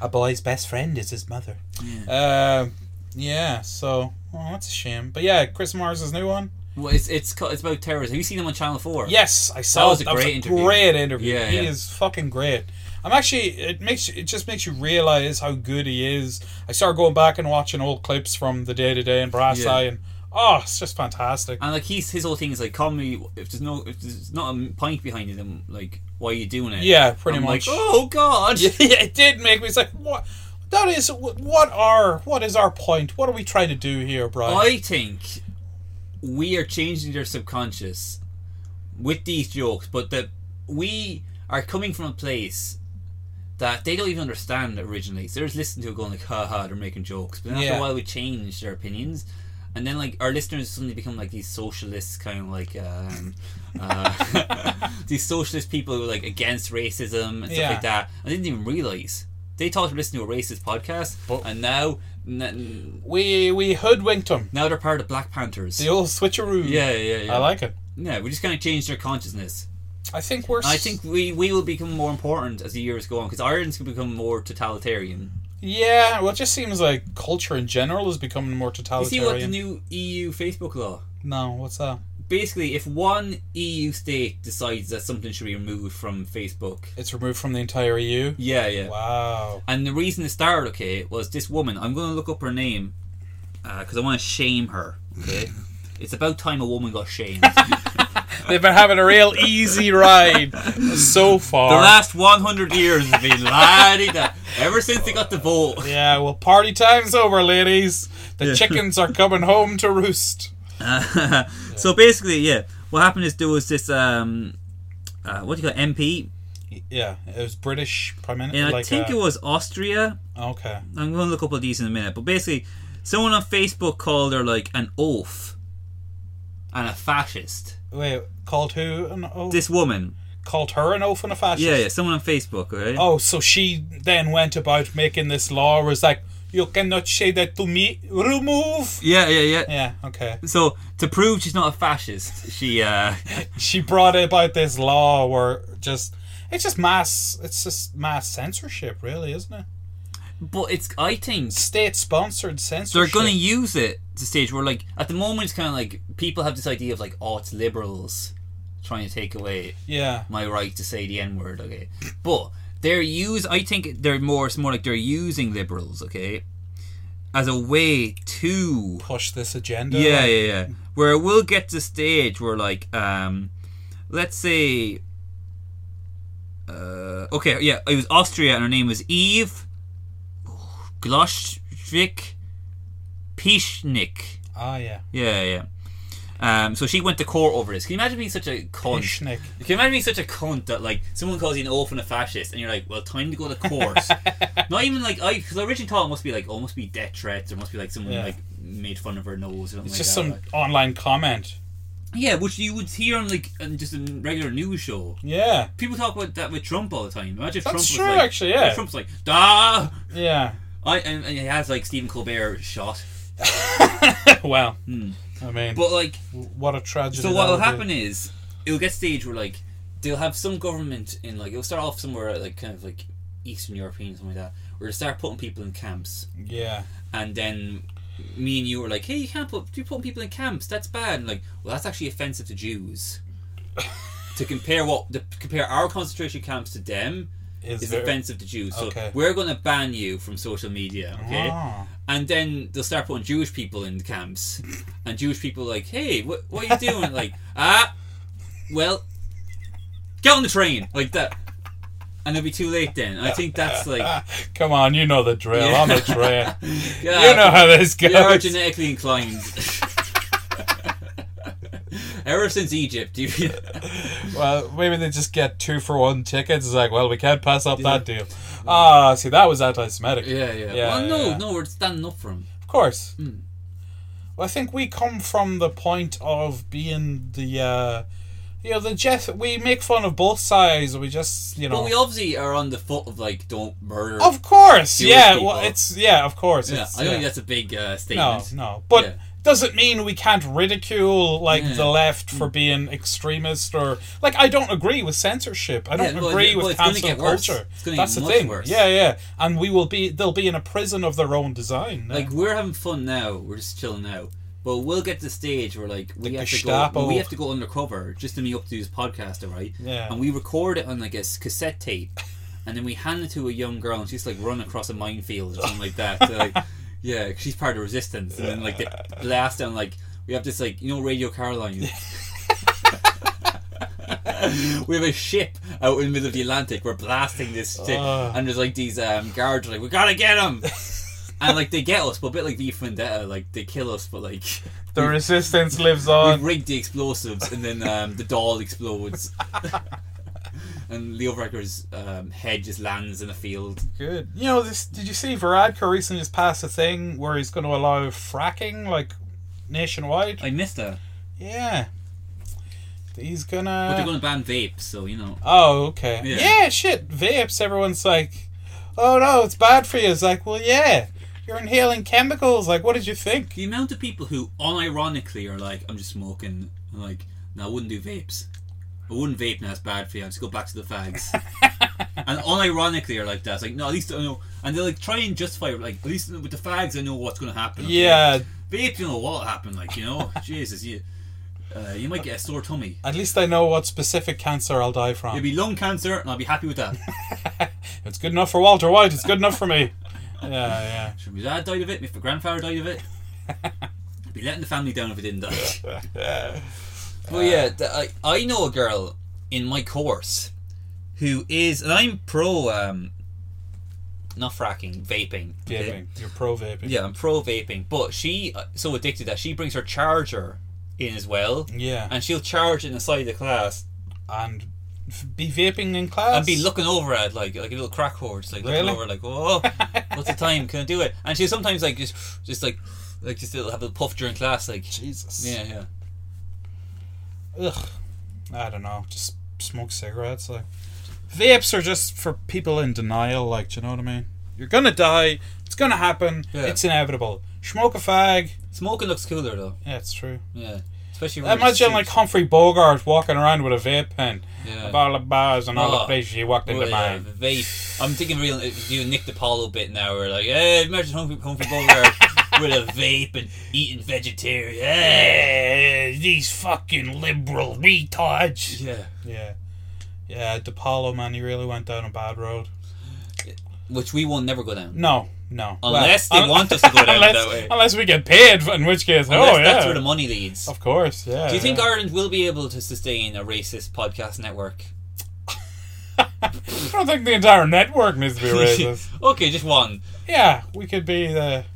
Speaker 2: A boy's best friend is his mother. Yeah. Uh, yeah. So, well, that's a shame. But yeah, Chris Mars' new one.
Speaker 1: well, it's it's co- it's about terrorism. Have you seen him on Channel Four?
Speaker 2: Yes, I saw.
Speaker 1: was a
Speaker 2: that was
Speaker 1: great
Speaker 2: a
Speaker 1: interview.
Speaker 2: great interview.
Speaker 1: Yeah,
Speaker 2: he
Speaker 1: yeah.
Speaker 2: is fucking great. I'm actually it makes it just makes you realize how good he is. I started going back and watching old clips from the day to day and Brass
Speaker 1: Yeah.
Speaker 2: Eye, and oh, it's just fantastic.
Speaker 1: And like he's his whole thing is like comedy. If there's no, if there's not a pint behind it, then like why are you doing it?
Speaker 2: Yeah, pretty
Speaker 1: I'm
Speaker 2: much.
Speaker 1: Like, oh god.
Speaker 2: yeah, it did make me it's like what. That is what are what is our point? What are we trying to do here, Brian?
Speaker 1: I think we are changing their subconscious with these jokes, but that we are coming from a place that they don't even understand originally. So they're just listening to it going like, ha ha, they're making jokes. But then after
Speaker 2: Yeah.
Speaker 1: a while we change their opinions. And then like our listeners suddenly become like these socialists kind of like um, uh, these socialist people who are like against racism and stuff
Speaker 2: Yeah.
Speaker 1: like that. I didn't even realise. They thought they were listening to a racist podcast
Speaker 2: But-
Speaker 1: and now n-
Speaker 2: we we hoodwinked him.
Speaker 1: now they're part of Black Panthers.
Speaker 2: The old switcheroo.
Speaker 1: yeah, yeah, yeah.
Speaker 2: Mm. I like it.
Speaker 1: yeah, we just kind of changed their consciousness.
Speaker 2: I think we're.
Speaker 1: And I think we, we will become more important as the years go on because Ireland's going to become more totalitarian.
Speaker 2: Yeah, well, it just seems like culture in general is becoming more
Speaker 1: You see what the
Speaker 2: totalitarian.
Speaker 1: new EU Facebook law?
Speaker 2: no, what's that?
Speaker 1: Basically, if one EU state decides that something should be removed from Facebook,
Speaker 2: It's removed from the entire EU.
Speaker 1: yeah, yeah.
Speaker 2: Wow.
Speaker 1: And the reason it started, okay, was this woman. I'm going to look up her name because I want to shame her. Okay, it's about time a woman got shamed.
Speaker 2: They've been having a real easy ride so
Speaker 1: The
Speaker 2: far.
Speaker 1: last 100 years has been la-di-da. Ever since they got the vote.
Speaker 2: yeah, well, party time's over, ladies. The chickens are coming home to roost.
Speaker 1: Uh, so basically, yeah, what happened is there was this um, uh, what do you call it, MP,
Speaker 2: Yeah, it was British Prime Minister.
Speaker 1: and I
Speaker 2: like,
Speaker 1: think
Speaker 2: uh,
Speaker 1: it was Austria.
Speaker 2: Okay.
Speaker 1: I'm going to look up all these in a minute, but basically, someone on Facebook called her like an oaf and a fascist.
Speaker 2: Wait, called who an oaf?
Speaker 1: This woman,
Speaker 2: called her an oaf and a fascist?
Speaker 1: yeah, yeah, someone on Facebook, right?
Speaker 2: Oh, so she then went about making this law, was like, you cannot say that to me. Remove.
Speaker 1: Yeah, yeah, yeah.
Speaker 2: Yeah, okay.
Speaker 1: So to prove she's not a fascist, she uh,
Speaker 2: She brought about this law where just it's just mass it's just mass censorship really, isn't it?
Speaker 1: but it's I think
Speaker 2: State sponsored
Speaker 1: they're
Speaker 2: censorship.
Speaker 1: going to use it to stage where like at the moment it's kind of like people have this idea of like oh it's liberals trying to take away
Speaker 2: Yeah.
Speaker 1: my right to say the n word okay but they're use i think they're more it's more like they're using liberals okay as a way to
Speaker 2: Push this agenda.
Speaker 1: yeah yeah
Speaker 2: like,
Speaker 1: yeah where it will get to stage where like um let's say uh okay yeah it was austria and her name was eve gloschvik pischnik
Speaker 2: Ah yeah.
Speaker 1: yeah, yeah. Um, so she went to court over this. Can you imagine being such a cunt?
Speaker 2: Pushnik.
Speaker 1: Can you imagine being such a cunt that like someone calls you an oaf and a fascist, and you're like, "Well, time to go to court." Not even like I, because I originally thought it must be like, oh, it must be death threats, or must be like someone
Speaker 2: Yeah.
Speaker 1: like made fun of her nose or something
Speaker 2: It's
Speaker 1: like
Speaker 2: just
Speaker 1: that.
Speaker 2: some
Speaker 1: like.
Speaker 2: online comment.
Speaker 1: yeah, which you would hear on like on just a regular news show.
Speaker 2: Yeah.
Speaker 1: People talk about that with Trump all the time. Imagine if Trump
Speaker 2: That's
Speaker 1: was
Speaker 2: true
Speaker 1: like,
Speaker 2: actually, yeah.
Speaker 1: Trump's like, "Da."
Speaker 2: Yeah.
Speaker 1: I and, and he has like Stephen Colbert shot,
Speaker 2: well. I mean
Speaker 1: but like
Speaker 2: what a tragedy.
Speaker 1: So what
Speaker 2: that
Speaker 1: will
Speaker 2: would be.
Speaker 1: happen is it'll get stage where like they'll have some government in like it'll start off somewhere like kind of like Eastern European something like that, where they start putting people in camps,
Speaker 2: Yeah.
Speaker 1: and then me and you were like, hey, you can't put you putting people in camps. That's bad. And like, well, that's actually offensive to Jews. to compare what to compare our concentration camps to them
Speaker 2: Is,
Speaker 1: is
Speaker 2: there-
Speaker 1: offensive to Jews. So
Speaker 2: Okay.
Speaker 1: we're going to ban you from social media. Okay
Speaker 2: Ah.
Speaker 1: and then they'll start putting Jewish people in the camps, and Jewish people like, "Hey, what what are you doing?" like, ah, well, get on the train, like that, and it'll be too late then. And I think that's like, yeah,
Speaker 2: Come on, you know the drill.
Speaker 1: Yeah.
Speaker 2: I'm a drill. you know how this goes.
Speaker 1: we are genetically inclined. Ever since Egypt, you,
Speaker 2: Well, maybe they just get two for one tickets. It's like, well, we can't pass up that deal. Ah, see, that was anti-Semitic.
Speaker 1: yeah, yeah,
Speaker 2: Yeah,
Speaker 1: Well, no,
Speaker 2: yeah.
Speaker 1: no, we're standing up for him.
Speaker 2: Of course.
Speaker 1: Hmm.
Speaker 2: Well, I think we come from the point of being the, uh, you know, the Jeff. We make fun of both sides. We just, you know.
Speaker 1: But we obviously are on the foot of like, don't murder.
Speaker 2: of course,
Speaker 1: Jewish
Speaker 2: yeah.
Speaker 1: people.
Speaker 2: Well, it's yeah, of course.
Speaker 1: yeah,
Speaker 2: it's,
Speaker 1: I don't
Speaker 2: yeah.
Speaker 1: think that's a big uh,
Speaker 2: No,
Speaker 1: statement.
Speaker 2: no, but
Speaker 1: Yeah.
Speaker 2: doesn't mean we can't ridicule like
Speaker 1: Yeah.
Speaker 2: the left for being extremist or like I don't agree with censorship. I don't
Speaker 1: Yeah, well,
Speaker 2: agree
Speaker 1: yeah, well,
Speaker 2: with
Speaker 1: it's gonna
Speaker 2: cancel
Speaker 1: get worse.
Speaker 2: culture.
Speaker 1: It's gonna
Speaker 2: That's
Speaker 1: get
Speaker 2: the
Speaker 1: much
Speaker 2: thing.
Speaker 1: worse.
Speaker 2: Yeah, yeah, and we will be. They'll be in a prison of their own design.
Speaker 1: Like we're having fun now, we're just chilling out. But we'll get to the stage where like we
Speaker 2: The
Speaker 1: have to
Speaker 2: Gestapo.
Speaker 1: go, we have to go undercover just to meet up to this podcast, alright?
Speaker 2: Yeah.
Speaker 1: And we record it on like a s- cassette tape, and then we hand it to a young girl, and she's like run across a minefield or something like that. So, like, yeah, 'cause she's part of the resistance, and then like they blast down like we have this like you know Radio Caroline. we have a ship out in the middle of the Atlantic. We're blasting this ship,
Speaker 2: Ah.
Speaker 1: and there's like these um, guards are like we gotta get them, and like they get us, but a bit like the Vendetta, like they kill us, but like
Speaker 2: The resistance lives
Speaker 1: we
Speaker 2: on.
Speaker 1: rigged the explosives, and then um, the doll explodes. And Leo Wrecker's um, head just lands in a field.
Speaker 2: Good. You know, this. Did you see Varadkar recently just passed a thing where he's going to allow fracking like nationwide?
Speaker 1: I missed that.
Speaker 2: Yeah. He's
Speaker 1: But
Speaker 2: gonna.
Speaker 1: they're going to ban vapes, so you know.
Speaker 2: Oh, okay.
Speaker 1: Yeah.
Speaker 2: Yeah. shit. Vapes. Everyone's like, oh no, it's bad for you. It's like, well, yeah. You're inhaling chemicals. Like, what did you think?
Speaker 1: The amount of people who unironically are like, I'm just smoking. I'm like, no, I wouldn't do vapes. I wouldn't vape now, it's bad for you. I just go back to the fags. and unironically are like that. It's like, no, at least I know. And they like try and justify, like, at least with the fags, I know what's going to happen. okay?
Speaker 2: Yeah.
Speaker 1: Vape, you know what happened, like, you know? Jesus, you, uh, you might get a sore tummy.
Speaker 2: At least I know what specific cancer I'll die from.
Speaker 1: It'll be lung cancer, and I'll be happy with that.
Speaker 2: It's good enough for Walter White. It's good enough for me. Yeah, yeah.
Speaker 1: Should my dad died of it? My grandfather died of it? I'd be letting the family down if I didn't die. but yeah, th- I, I know a girl in my course who is, and I'm pro, um, not fracking, vaping. okay?
Speaker 2: Vaping. You're pro vaping.
Speaker 1: Yeah, I'm pro vaping, but she uh, so addicted that she brings her charger in as well,
Speaker 2: Yeah.
Speaker 1: and she'll charge it in the side of the class
Speaker 2: And f- be vaping in class.
Speaker 1: and be looking over at like like a little crack horse, like looking
Speaker 2: Really?
Speaker 1: over like, oh, what's the time? Can I do it? And she sometimes like just just like like just have a puff during class, like
Speaker 2: Jesus.
Speaker 1: yeah, yeah.
Speaker 2: Ugh. I don't know. Just smoke cigarettes. Like vapes are just for people in denial. Like, do you know what I mean? You're gonna die. It's gonna happen.
Speaker 1: Yeah.
Speaker 2: It's inevitable. Smoke a fag.
Speaker 1: Smoking looks cooler though,
Speaker 2: Yeah, it's true.
Speaker 1: yeah. Especially when you're
Speaker 2: Imagine like
Speaker 1: shoes.
Speaker 2: Humphrey Bogart walking around with a vape pen,
Speaker 1: Yeah.
Speaker 2: a bottle of bars, and all
Speaker 1: Oh.
Speaker 2: the places he walked into
Speaker 1: Well, yeah,
Speaker 2: mine.
Speaker 1: the vape. I'm thinking real you Nick DiPaolo bit now. We're like, hey, imagine Humphrey, Humphrey Bogart with a vape and eating vegetarian. Hey.
Speaker 2: Eh, these fucking liberal retards.
Speaker 1: Yeah.
Speaker 2: Yeah. Yeah, DePaulo, man, he really went down a bad road.
Speaker 1: Which we will never go down.
Speaker 2: No, no.
Speaker 1: Unless
Speaker 2: Well,
Speaker 1: they
Speaker 2: un-
Speaker 1: want us to go down
Speaker 2: unless,
Speaker 1: that way.
Speaker 2: Unless we get paid, in which case,
Speaker 1: Unless
Speaker 2: oh, yeah.
Speaker 1: that's where the money leads.
Speaker 2: of course, yeah.
Speaker 1: Do you think
Speaker 2: yeah.
Speaker 1: Ireland will be able to sustain a racist podcast network?
Speaker 2: I don't think the entire network needs to be racist.
Speaker 1: okay, just one.
Speaker 2: yeah, we could be the.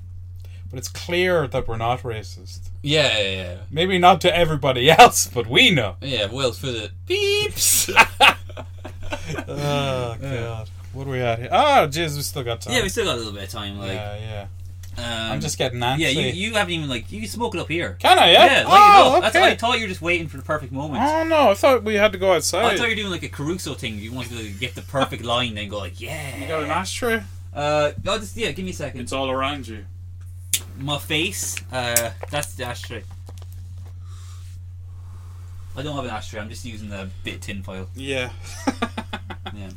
Speaker 2: But it's clear that we're not racist.
Speaker 1: Yeah, yeah,
Speaker 2: Maybe not to everybody else, but we know.
Speaker 1: yeah. yeah well, for the beeps.
Speaker 2: Oh, God. What are we at here? Oh, jeez, we still got time.
Speaker 1: yeah, we still got a little bit of time. Like,
Speaker 2: yeah, yeah.
Speaker 1: um,
Speaker 2: I'm just getting antsy.
Speaker 1: yeah. You, you haven't even like you can smoke it up here.
Speaker 2: Can I, yeah?
Speaker 1: Yeah, light
Speaker 2: oh,
Speaker 1: it up. That's,
Speaker 2: okay.
Speaker 1: I thought you were just waiting for the perfect moment.
Speaker 2: Oh no, I thought we had to go outside.
Speaker 1: I thought you were doing like a Caruso thing. You wanted to like, get the perfect line, then go like,
Speaker 3: You got an
Speaker 1: yeah.
Speaker 3: ashtray?
Speaker 1: Uh, I'll just yeah. Give me a second.
Speaker 3: It's all around you.
Speaker 1: My face. Uh, that's the ashtray. I don't have an ashtray. I'm just using a bit of tin foil.
Speaker 2: yeah.
Speaker 1: Yeah.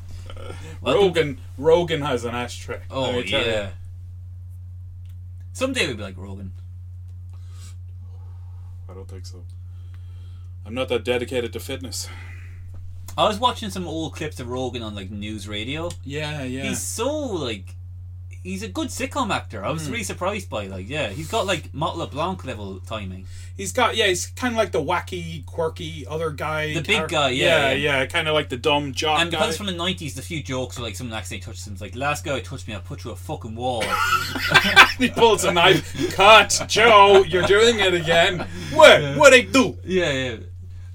Speaker 1: Welcome-
Speaker 2: Rogan Rogan has an ashtray.
Speaker 1: Oh
Speaker 2: let me tell
Speaker 1: yeah. Someday we'll be like Rogan.
Speaker 2: you.
Speaker 3: I don't think so. I'm not that dedicated to fitness.
Speaker 1: I was watching some old clips of Rogan on like news radio.
Speaker 3: Yeah, yeah.
Speaker 1: He's so like, he's a good sitcom actor. I was really surprised by like, yeah, he's got like Mott LeBlanc level timing.
Speaker 2: He's got yeah, he's kinda like the wacky, quirky other guy.
Speaker 1: The
Speaker 2: char-
Speaker 1: big guy, yeah,
Speaker 2: yeah, kinda like the dumb jock
Speaker 1: And
Speaker 2: guy.
Speaker 1: because it's from the nineties, the few jokes were like someone accidentally touched him. It's like last guy who touched me, I put you a fucking wall.
Speaker 2: he pulls a knife. Cut, Joe, you're doing it again. What what I do?
Speaker 1: yeah, yeah.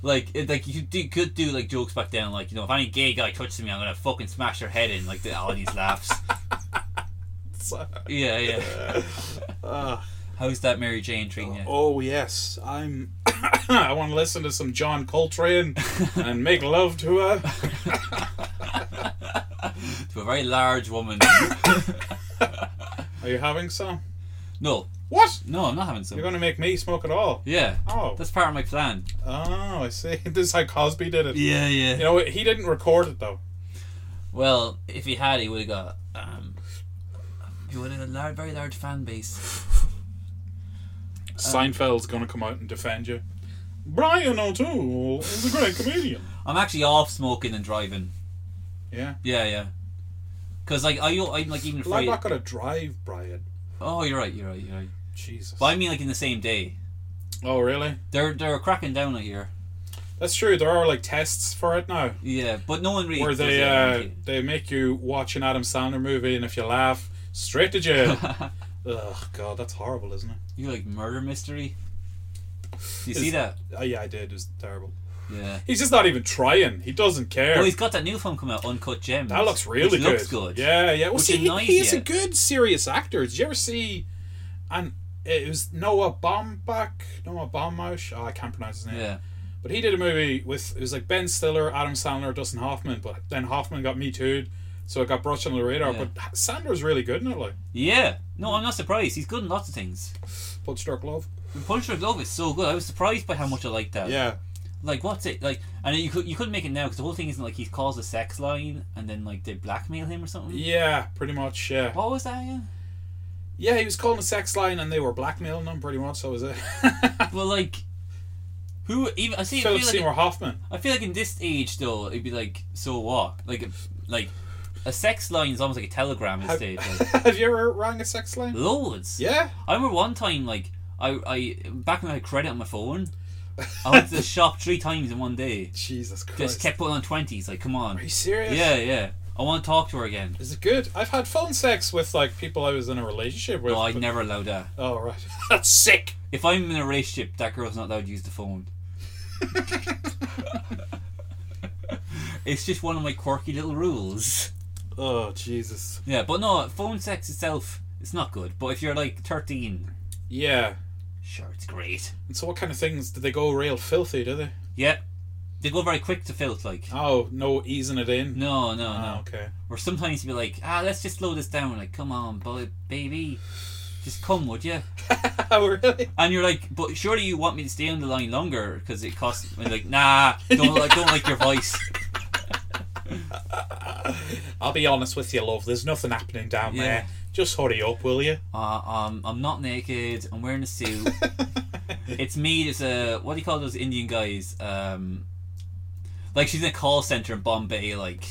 Speaker 1: Like, it, like you do, could do like jokes back then, like you know, if any gay guy touches me, I'm gonna fucking smash their head in. Like the audience laughs. Yeah, yeah.
Speaker 2: Uh,
Speaker 1: How's that Mary Jane treating you?
Speaker 2: oh yes. I'm I wanna listen to some John Coltrane and make love to her.
Speaker 1: To a very large woman.
Speaker 2: Are you having some?
Speaker 1: no,
Speaker 2: What?
Speaker 1: no, I'm not having
Speaker 2: You're
Speaker 1: some.
Speaker 2: gonna make me smoke it all.
Speaker 1: Yeah,
Speaker 2: Oh.
Speaker 1: that's part of my plan.
Speaker 2: Oh, I see. This is how Cosby did it.
Speaker 1: Yeah,
Speaker 2: You
Speaker 1: yeah.
Speaker 2: know, he didn't record it though.
Speaker 1: Well, if he had, he would have got. Um, he would have a large, very large fan base.
Speaker 2: Seinfeld's gonna come out and defend you. Brian O'Toole is a great comedian.
Speaker 1: I'm actually off smoking and driving.
Speaker 2: Yeah.
Speaker 1: Yeah, yeah. Because like I, I'm like even
Speaker 2: Well, I'm
Speaker 1: afraid.
Speaker 2: not gonna drive, Brian.
Speaker 1: Oh, you're right. You're right. You're right.
Speaker 2: Jesus.
Speaker 1: But I mean, like in the same day,
Speaker 3: Oh, really?
Speaker 1: they're they're cracking down out here.
Speaker 2: That's true. There are like tests for it now,
Speaker 1: Yeah, but no one really.
Speaker 2: where
Speaker 1: does
Speaker 2: they
Speaker 1: it,
Speaker 2: uh,
Speaker 1: like,
Speaker 2: they make you watch an Adam Sandler movie, and if you laugh, straight to jail. Ugh, God, that's horrible, isn't it?
Speaker 1: you like murder mystery. Do you
Speaker 2: Is-
Speaker 1: see that?
Speaker 2: Oh, yeah, I did. It was terrible.
Speaker 1: Yeah.
Speaker 2: He's just not even trying. He doesn't care.
Speaker 1: Well, he's got that new film coming out, Uncut Gems.
Speaker 2: that looks really
Speaker 1: which
Speaker 2: good.
Speaker 1: Looks good.
Speaker 2: Yeah, yeah. Well,
Speaker 1: Which
Speaker 2: see, he,
Speaker 1: annoys
Speaker 2: he's
Speaker 1: you.
Speaker 2: a good serious actor. Did you ever see? And it was Noah Baumbach. Noah Baumbach. Oh, I can't pronounce his name.
Speaker 1: Yeah.
Speaker 2: But he did a movie with it was like Ben Stiller, Adam Sandler, Dustin Hoffman. But then Hoffman got Me Too'd, so it got brushed under the radar.
Speaker 1: Yeah.
Speaker 2: But Sandler's really good in it, like
Speaker 1: Yeah. No, I'm not surprised. He's good in lots of things.
Speaker 2: Punch Drunk Love.
Speaker 1: And Punch Drunk Love is so good. I was surprised by how much I liked that.
Speaker 2: Yeah,
Speaker 1: Like, what's it like? And you could you couldn't make it now because the whole thing isn't like he calls a sex line and then like they blackmail him or something.
Speaker 2: yeah, pretty much. Yeah,
Speaker 1: hmm. What was that again?
Speaker 2: yeah. He was calling a sex line, and they were blackmailing him. Pretty much, so was it.
Speaker 1: Well, like, who even? I see. I feel
Speaker 2: Philip
Speaker 1: like
Speaker 2: Seymour Hoffman.
Speaker 1: I feel like in this age though, it'd be like, so what? Like, a- like a sex line is almost like a telegram
Speaker 2: Have,
Speaker 1: instead. Like,
Speaker 2: have you ever rang a sex line?
Speaker 1: loads.
Speaker 2: Yeah.
Speaker 1: I remember one time, like, I, I back when I had credit on my phone, I went to the shop three times in one day.
Speaker 2: Jesus Christ.
Speaker 1: Just kept putting on twenties. Like, come on.
Speaker 2: Are you serious?
Speaker 1: Yeah, yeah. I want to talk to her again.
Speaker 2: Is it good? I've had phone sex with like people I was in a relationship with.
Speaker 1: No, I'd
Speaker 2: but-
Speaker 1: never allow that.
Speaker 2: Oh right, that's sick.
Speaker 1: If I'm in a relationship, that girl's not allowed to use the phone. it's just one of my quirky little rules.
Speaker 2: Oh Jesus.
Speaker 1: Yeah, but no, phone sex itself, it's not good. But if you're like 13,
Speaker 2: Yeah.
Speaker 1: sure, it's great.
Speaker 2: And so, what kind of things did they go real filthy? Do they?
Speaker 1: Yeah, they go very quick to filth, like.
Speaker 2: Oh, no easing it in.
Speaker 1: No, no,
Speaker 2: Oh,
Speaker 1: no.
Speaker 2: okay.
Speaker 1: Or sometimes you'd be like, ah, let's just slow this down. Like, come on, boy, baby. Just come, would you?
Speaker 2: Oh really?
Speaker 1: And you're like, but surely you want me to stay on the line longer because it costs. And like, nah, don't like, don't like your voice.
Speaker 2: I'll be honest with you, love. There's nothing happening down
Speaker 1: Yeah.
Speaker 2: there. Just hurry up, will you?
Speaker 1: Uh, um, I'm not naked. I'm wearing a suit. it's me. There's a what do you call those Indian guys? Um, like she's in a call center in Bombay. Like,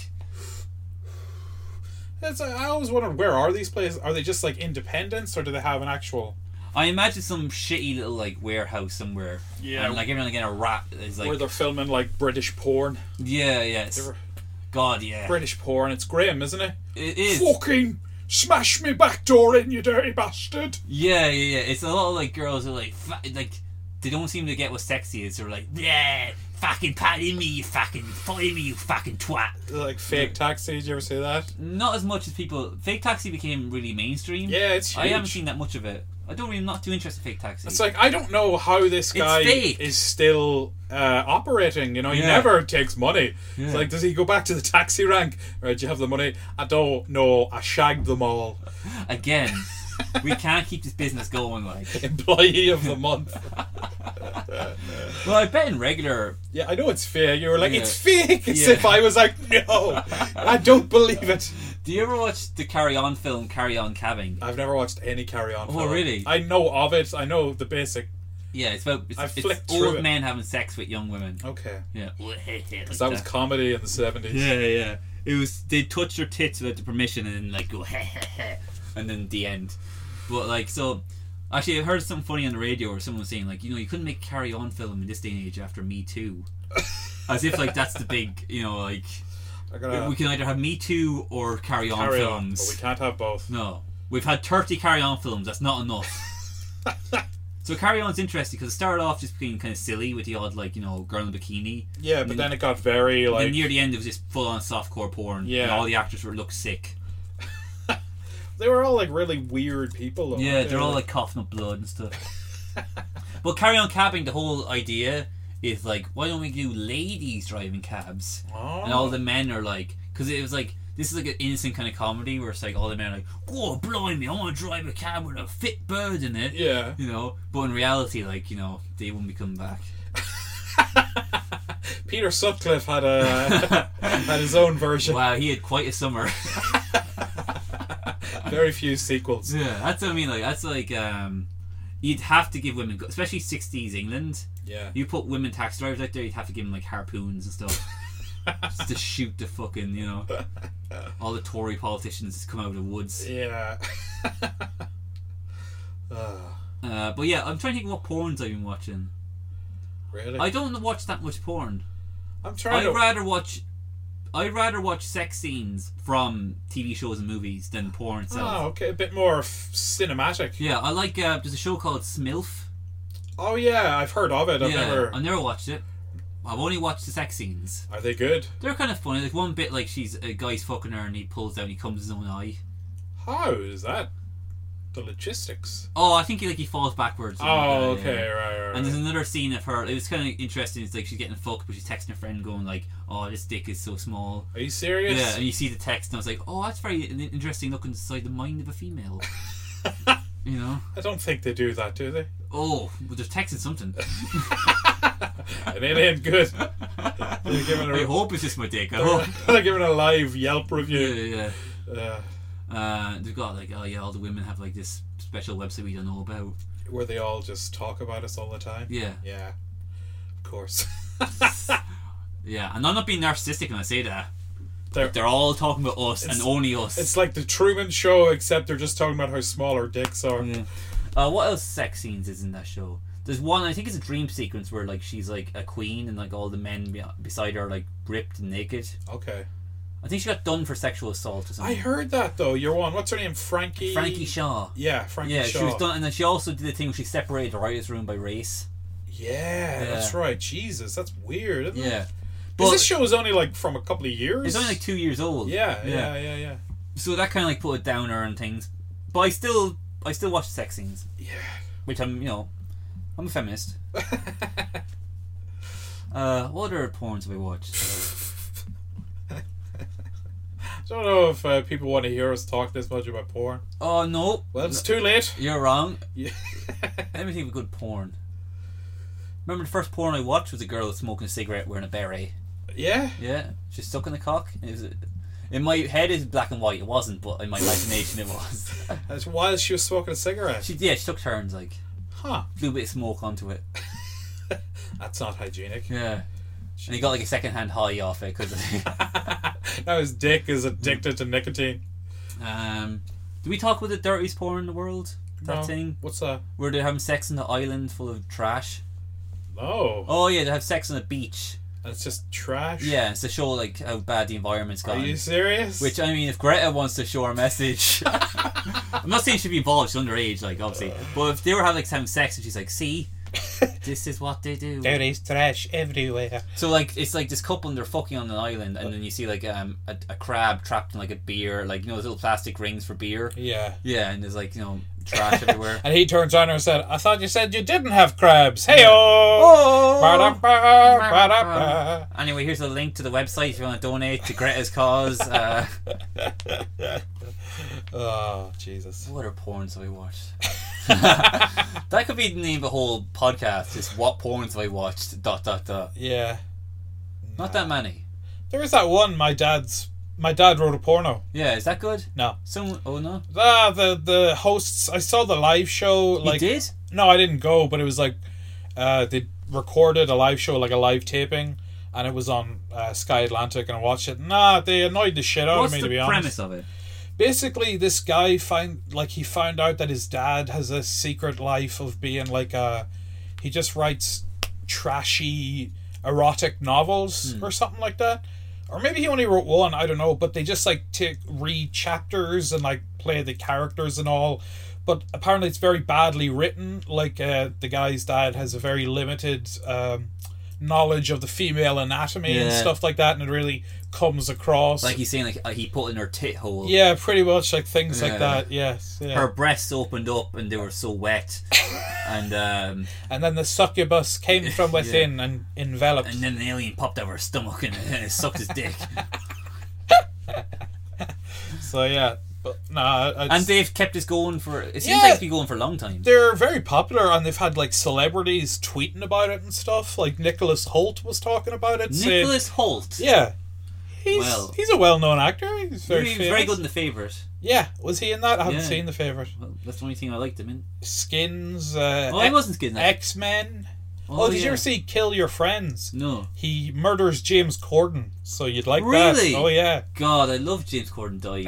Speaker 2: That's, I always wondered where are these places? Are they just like independents, or do they have an actual?
Speaker 1: I imagine some shitty little like warehouse somewhere.
Speaker 2: Yeah.
Speaker 1: And, like every now and again, a rat is like,
Speaker 2: where they're filming like British porn.
Speaker 1: yeah, yes,
Speaker 2: They're-
Speaker 1: God, yeah,
Speaker 2: British porn. It's grim, isn't it?
Speaker 1: it is.
Speaker 2: Fucking smash me back door in, you dirty bastard.
Speaker 1: Yeah, yeah, yeah. It's a lot of like girls who are like, fa- like they don't seem to get what sexy is. They're like, yeah, fucking patty me, you fucking follow me, you fucking twat.
Speaker 2: Like fake taxi. Did you ever see that?
Speaker 1: Not as much as people. Fake Taxi became really mainstream.
Speaker 2: Yeah, it's huge.
Speaker 1: I haven't seen that much of it. I don't really not too interested in Fake Taxi.
Speaker 2: It's like I don't know how this guy
Speaker 1: fake.
Speaker 2: is still uh, operating. You know, he
Speaker 1: Yeah.
Speaker 2: never takes money.
Speaker 1: Yeah.
Speaker 2: It's like, does he go back to the taxi rank? Right, do you have the money? I don't know. I shagged them all.
Speaker 1: Again, we can't keep this business going. Like,
Speaker 2: Employee of the month.
Speaker 1: well, I bet in regular,
Speaker 2: yeah, I know it's fake. You were like,
Speaker 1: Yeah.
Speaker 2: it's fake. As
Speaker 1: Yeah.
Speaker 2: if I was like, no, I don't believe it.
Speaker 1: do you ever watch the Carry On film Carry On Cabbing?
Speaker 2: I've never watched any Carry On.
Speaker 1: Oh,
Speaker 2: film.
Speaker 1: really?
Speaker 2: I know of it. I know the basic.
Speaker 1: Yeah, it's about it's,
Speaker 2: I
Speaker 1: it's
Speaker 2: flicked through
Speaker 1: old
Speaker 2: it.
Speaker 1: men having sex with young women.
Speaker 2: Okay,
Speaker 1: Yeah,
Speaker 2: because that was comedy in the seventies.
Speaker 1: Yeah, yeah. It was they touch your tits without the permission and then like go heh heh heh and then the end. But like so actually I heard something funny on the radio or someone was saying like, you know, you couldn't make carry on film in this day and age after Me Too. As if like that's the big you know, like
Speaker 2: I gotta
Speaker 1: we can either have Me Too or carry on
Speaker 2: carry on, Uh, but we
Speaker 1: films.
Speaker 2: can't have both.
Speaker 1: No. We've had thirty carry on films, that's not enough. So Carry On's interesting because it started off just being kind of silly with the odd, like, you know, girl in a bikini.
Speaker 2: Yeah, but then it got very like.
Speaker 1: then near the end, it was just full on softcore porn.
Speaker 2: Yeah.
Speaker 1: And all the actors were looked sick.
Speaker 2: They were all like really weird people. Though,
Speaker 1: Yeah,
Speaker 2: weren't they?
Speaker 1: they're all like coughing up blood and stuff. but carry on cabbing, the whole idea is like, why don't we do ladies driving cabs?
Speaker 2: Oh.
Speaker 1: And all the men are like, because it was like, this is like an innocent kind of comedy where it's like all the men are like, whoa, blimey, I want to drive a cab with a fit bird in it.
Speaker 2: yeah.
Speaker 1: You know, but in reality, like, you know, they wouldn't be coming back.
Speaker 2: Peter Sutcliffe had a had his own version.
Speaker 1: Wow, he had quite a summer.
Speaker 2: Very few sequels.
Speaker 1: yeah, that's what I mean. Like, that's like, um, you'd have to give women, especially 60s England,
Speaker 2: Yeah.
Speaker 1: You put women tax drivers out there, you'd have to give them like harpoons and stuff. just to shoot the fucking you know all the Tory politicians come out of the woods.
Speaker 2: Yeah. Ah,
Speaker 1: Uh, but yeah, I'm trying to think what porns I've been watching.
Speaker 2: really?
Speaker 1: I don't watch that much porn.
Speaker 2: am
Speaker 1: I'd
Speaker 2: trying to.
Speaker 1: rather watch. I'd rather watch sex scenes from TV shows and movies than porn itself.
Speaker 2: Oh, okay. A bit more f- cinematic.
Speaker 1: Yeah, I like. Uh, there's a show called Smilf.
Speaker 2: Oh, yeah. I've heard of it. I've
Speaker 1: yeah,
Speaker 2: never.
Speaker 1: I never watched it. I've only watched the sex scenes.
Speaker 2: Are they good?
Speaker 1: They're kind of funny. Like one bit, like she's a guy's fucking her, and he pulls down, he comes his own eye.
Speaker 2: How is that? The logistics.
Speaker 1: Oh, I think he like he falls backwards. and,
Speaker 2: Oh,
Speaker 1: uh,
Speaker 2: okay.
Speaker 1: yeah.
Speaker 2: Right, right, right.
Speaker 1: And there's another scene of her. It was kind of interesting. It's like she's getting fucked, but she's texting her friend, going like, "Oh, this dick is so small."
Speaker 2: Are you serious?
Speaker 1: Yeah, and you see the text, and I was like, "Oh, that's very in- interesting. Looking inside the mind of a female." you know?
Speaker 2: I don't think they do that, do they?
Speaker 1: Oh, but they're texting something.
Speaker 2: And it ain't good. They're giving
Speaker 1: I
Speaker 2: a,
Speaker 1: hope it's just my dick. I hope.
Speaker 2: they're giving a live Yelp
Speaker 1: yeah,
Speaker 2: review.
Speaker 1: yeah. yeah.
Speaker 2: Uh,
Speaker 1: Uh, they've got like, oh yeah, all the women have like this special website we don't know about.
Speaker 2: where they all just talk about us all the time.
Speaker 1: Yeah,
Speaker 2: Yeah, of course.
Speaker 1: yeah. And I'm not being narcissistic when I say that.
Speaker 2: They're-
Speaker 1: They're all talking about us and
Speaker 2: It's-
Speaker 1: only us.
Speaker 2: it's like the Truman Show, except they're just talking about how small our dicks are.
Speaker 1: Yeah. Uh, what else sex scenes is in that show? There's one I think it's a dream sequence where like she's like a queen and like all the men be- beside her are, like ripped and naked.
Speaker 2: Okay,
Speaker 1: I think she got done for sexual assault or
Speaker 2: I
Speaker 1: something.
Speaker 2: heard that though. You're one. What's her name? Frankie.
Speaker 1: Frankie Shaw.
Speaker 2: Yeah, Frankie
Speaker 1: Yeah,
Speaker 2: Shaw.
Speaker 1: she was done, and then she also did the thing where she separated the writers' room by race.
Speaker 2: Yeah, that's
Speaker 1: Yeah.
Speaker 2: right. Jesus, that's weird. Isn't it?
Speaker 1: Yeah,
Speaker 2: 'Cause
Speaker 1: but
Speaker 2: this show is only like from a couple of years.
Speaker 1: it's only like two years old.
Speaker 2: yeah, yeah, yeah, yeah,
Speaker 1: so that kind of like put a downer on things. But I still, I still watch sex scenes,
Speaker 2: yeah.
Speaker 1: which I'm, you know, I'm a feminist. uh, what other porns have I watched?
Speaker 2: I don't know if uh, people want to hear us talk this much about porn.
Speaker 1: Oh no,
Speaker 2: Well, it's too late.
Speaker 1: you're wrong.
Speaker 2: Yeah.
Speaker 1: Let me think of a good porn. Remember the first porn I watched was a girl smoking a cigarette wearing a beret.
Speaker 2: yeah.
Speaker 1: Yeah, she's sucking a cock. It was. in my head is black and white. It wasn't, but in my imagination it was.
Speaker 2: That's while she was smoking a cigarette.
Speaker 1: she yeah, she took turns like
Speaker 2: Huh.
Speaker 1: blew a bit of smoke onto it.
Speaker 2: That's not hygienic.
Speaker 1: Yeah, and he got like a second hand high off it because.
Speaker 2: Now his dick is addicted to nicotine.
Speaker 1: Um, do we talk about the dirtiest porn in the world? That
Speaker 2: No.
Speaker 1: thing
Speaker 2: What's uh, that?
Speaker 1: where they're having sex on the island full of trash.
Speaker 2: No.
Speaker 1: Oh yeah, they have sex on a beach.
Speaker 2: That's just trash.
Speaker 1: Yeah, it's to show like how bad the environment's
Speaker 2: Are you
Speaker 1: gotten.
Speaker 2: serious?
Speaker 1: Which uh, I mean, if Greta wants to show her message, I'm not saying she'd be involved. She's underage, like obviously. But if they were having like having sex and she's like, "See, this is what they do."
Speaker 4: There is trash everywhere.
Speaker 1: So like it's like this couple and they're fucking on an island, and then you see like um a, a crab trapped in like a beer, like you know those little plastic rings for beer.
Speaker 2: Yeah.
Speaker 1: Yeah, and there's like you know trash everywhere.
Speaker 4: And he turns around and said, I thought you said you didn't have crabs. Hey oh!
Speaker 1: Oh. Anyway, here's a link to the website if you want to donate to Greta's cause. Uh,
Speaker 4: Oh, Jesus.
Speaker 1: what are porns have I watched? that could be the name of a whole podcast. Just what porns have I watched? Dot dot dot.
Speaker 4: Yeah.
Speaker 1: Not that many.
Speaker 4: There is that one my dad's. My dad wrote a porno.
Speaker 1: Yeah, is that good?
Speaker 4: No.
Speaker 1: Some. Oh no.
Speaker 4: Ah, the the hosts. I saw the live show.
Speaker 1: You
Speaker 4: Like
Speaker 1: did?
Speaker 4: no, I didn't go, but it was like uh, they recorded a live show, like a live taping, and it was on uh, Sky Atlantic, and I watched it. Nah, they annoyed the shit out
Speaker 1: What's
Speaker 4: of me.
Speaker 1: the
Speaker 4: to be honest,
Speaker 1: premise of it?
Speaker 4: basically this guy find like he found out that his dad has a secret life of being like a he just writes trashy erotic novels
Speaker 1: Hmm.
Speaker 4: or something like that or maybe he only wrote one i don't know but they just like take read chapters and like play the characters and all but apparently it's very badly written like uh, the guy's dad has a very limited um, knowledge of the female anatomy and
Speaker 1: Yeah.
Speaker 4: stuff like that and it really comes across
Speaker 1: Like he's saying, like uh, he put in her tit hole.
Speaker 4: yeah, pretty much like things
Speaker 1: Yeah.
Speaker 4: like that. Yes, yeah.
Speaker 1: Her breasts opened up and they were so wet, and um,
Speaker 4: and then the succubus came from within and enveloped.
Speaker 1: and then an alien popped out of her stomach and, and sucked his dick.
Speaker 4: so yeah, but nah, I
Speaker 1: And
Speaker 4: just-
Speaker 1: they've kept this going for. It seems
Speaker 4: Yeah.
Speaker 1: like it's been going for a long time.
Speaker 4: they're very popular, and they've had like celebrities tweeting about it and stuff. Like Nicholas Holt was talking about it. saying-
Speaker 1: Nicholas Holt.
Speaker 4: yeah, he's
Speaker 1: Well-
Speaker 4: he's a well-known actor. He's
Speaker 1: He
Speaker 4: very
Speaker 1: was
Speaker 4: famous.
Speaker 1: very good in the favorite.
Speaker 4: Yeah, was he in that? I haven't
Speaker 1: Yeah.
Speaker 4: seen the favorite.
Speaker 1: Well, that's the only thing I liked him Oh, in.
Speaker 4: Skins. Uh,
Speaker 1: Oh, I wasn't getting that.
Speaker 4: X Men.
Speaker 2: Oh, did
Speaker 1: yeah.
Speaker 2: you ever see Kill Your Friends?
Speaker 1: No.
Speaker 2: He murders James Corden, so you'd like
Speaker 1: Really?
Speaker 2: that. Oh yeah.
Speaker 1: God, I love James Corden dying.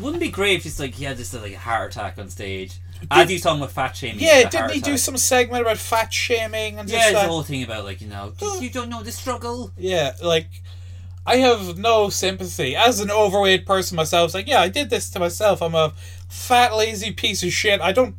Speaker 1: Wouldn't it be great if just like he had just like a heart attack on stage. As he's talking about fat shaming.
Speaker 2: Yeah,
Speaker 1: it's a
Speaker 2: didn't
Speaker 1: heart
Speaker 2: he do
Speaker 1: attack.
Speaker 2: some segment about fat shaming and
Speaker 1: Yeah,
Speaker 2: just Oh.
Speaker 1: it's the
Speaker 2: that?
Speaker 1: whole thing about like you know "Just- you don't know the struggle.
Speaker 2: Yeah, like I have no sympathy as an overweight person myself. It's like, yeah, I did this to myself. I'm a fat, lazy piece of shit. I don't,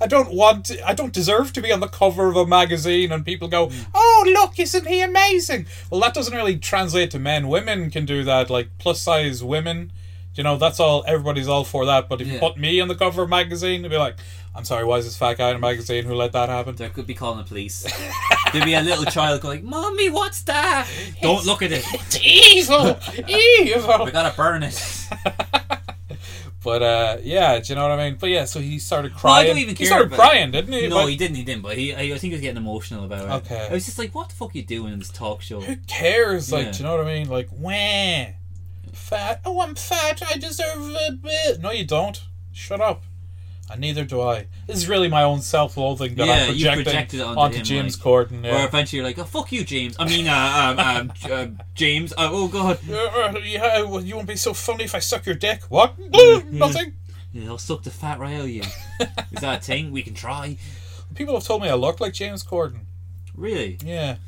Speaker 2: I don't want, I don't deserve to be on the cover of a magazine. And people go,
Speaker 1: Hmm.
Speaker 2: "Oh, look, isn't he amazing?" Well, that doesn't really translate to men. Women can do that, like plus size women. You know, that's all. Everybody's all for that. But if
Speaker 1: Yeah.
Speaker 2: you put me on the cover of a magazine, they'd be like, "I'm sorry, why is this fat guy in a magazine? Who let that happen?"
Speaker 1: There could be calling the police. There'd be a little child going, "Mommy, what's that? Don't look at it.
Speaker 2: It's evil, evil.
Speaker 1: We gotta burn it."
Speaker 2: But uh, yeah, do you know what I mean? But yeah, so he started
Speaker 1: Well, I
Speaker 2: crying.
Speaker 1: don't even
Speaker 2: he
Speaker 1: care
Speaker 2: started
Speaker 1: about-
Speaker 2: crying, didn't he?
Speaker 1: No,
Speaker 2: Like,
Speaker 1: he didn't. He didn't. But he, I, I think he was getting emotional about it.
Speaker 2: Okay.
Speaker 1: I was just like, "What the fuck are you doing in this talk show?"
Speaker 2: who cares? Like,
Speaker 1: Yeah.
Speaker 2: do you know what I mean? Like, wah, fat. Oh, I'm fat. I deserve a bit. No, you don't. Shut up. And neither do I. This is really my own self-loathing that
Speaker 1: Yeah,
Speaker 2: I'm
Speaker 1: you
Speaker 2: projecting
Speaker 1: projected it onto him,
Speaker 2: James
Speaker 1: like-
Speaker 2: Corden.
Speaker 1: Or
Speaker 2: Yeah.
Speaker 1: eventually you're like, "Oh fuck you, James." I mean, uh, um, um, J- uh, James. Uh, oh god,
Speaker 2: Uh, uh, yeah, well, you won't be so funny if I suck your dick. What? Boo, Nothing.
Speaker 1: Yeah, I'll suck the fat right out of you. Is that a thing? We can try.
Speaker 2: People have told me I look like James Corden.
Speaker 1: Really?
Speaker 2: Yeah,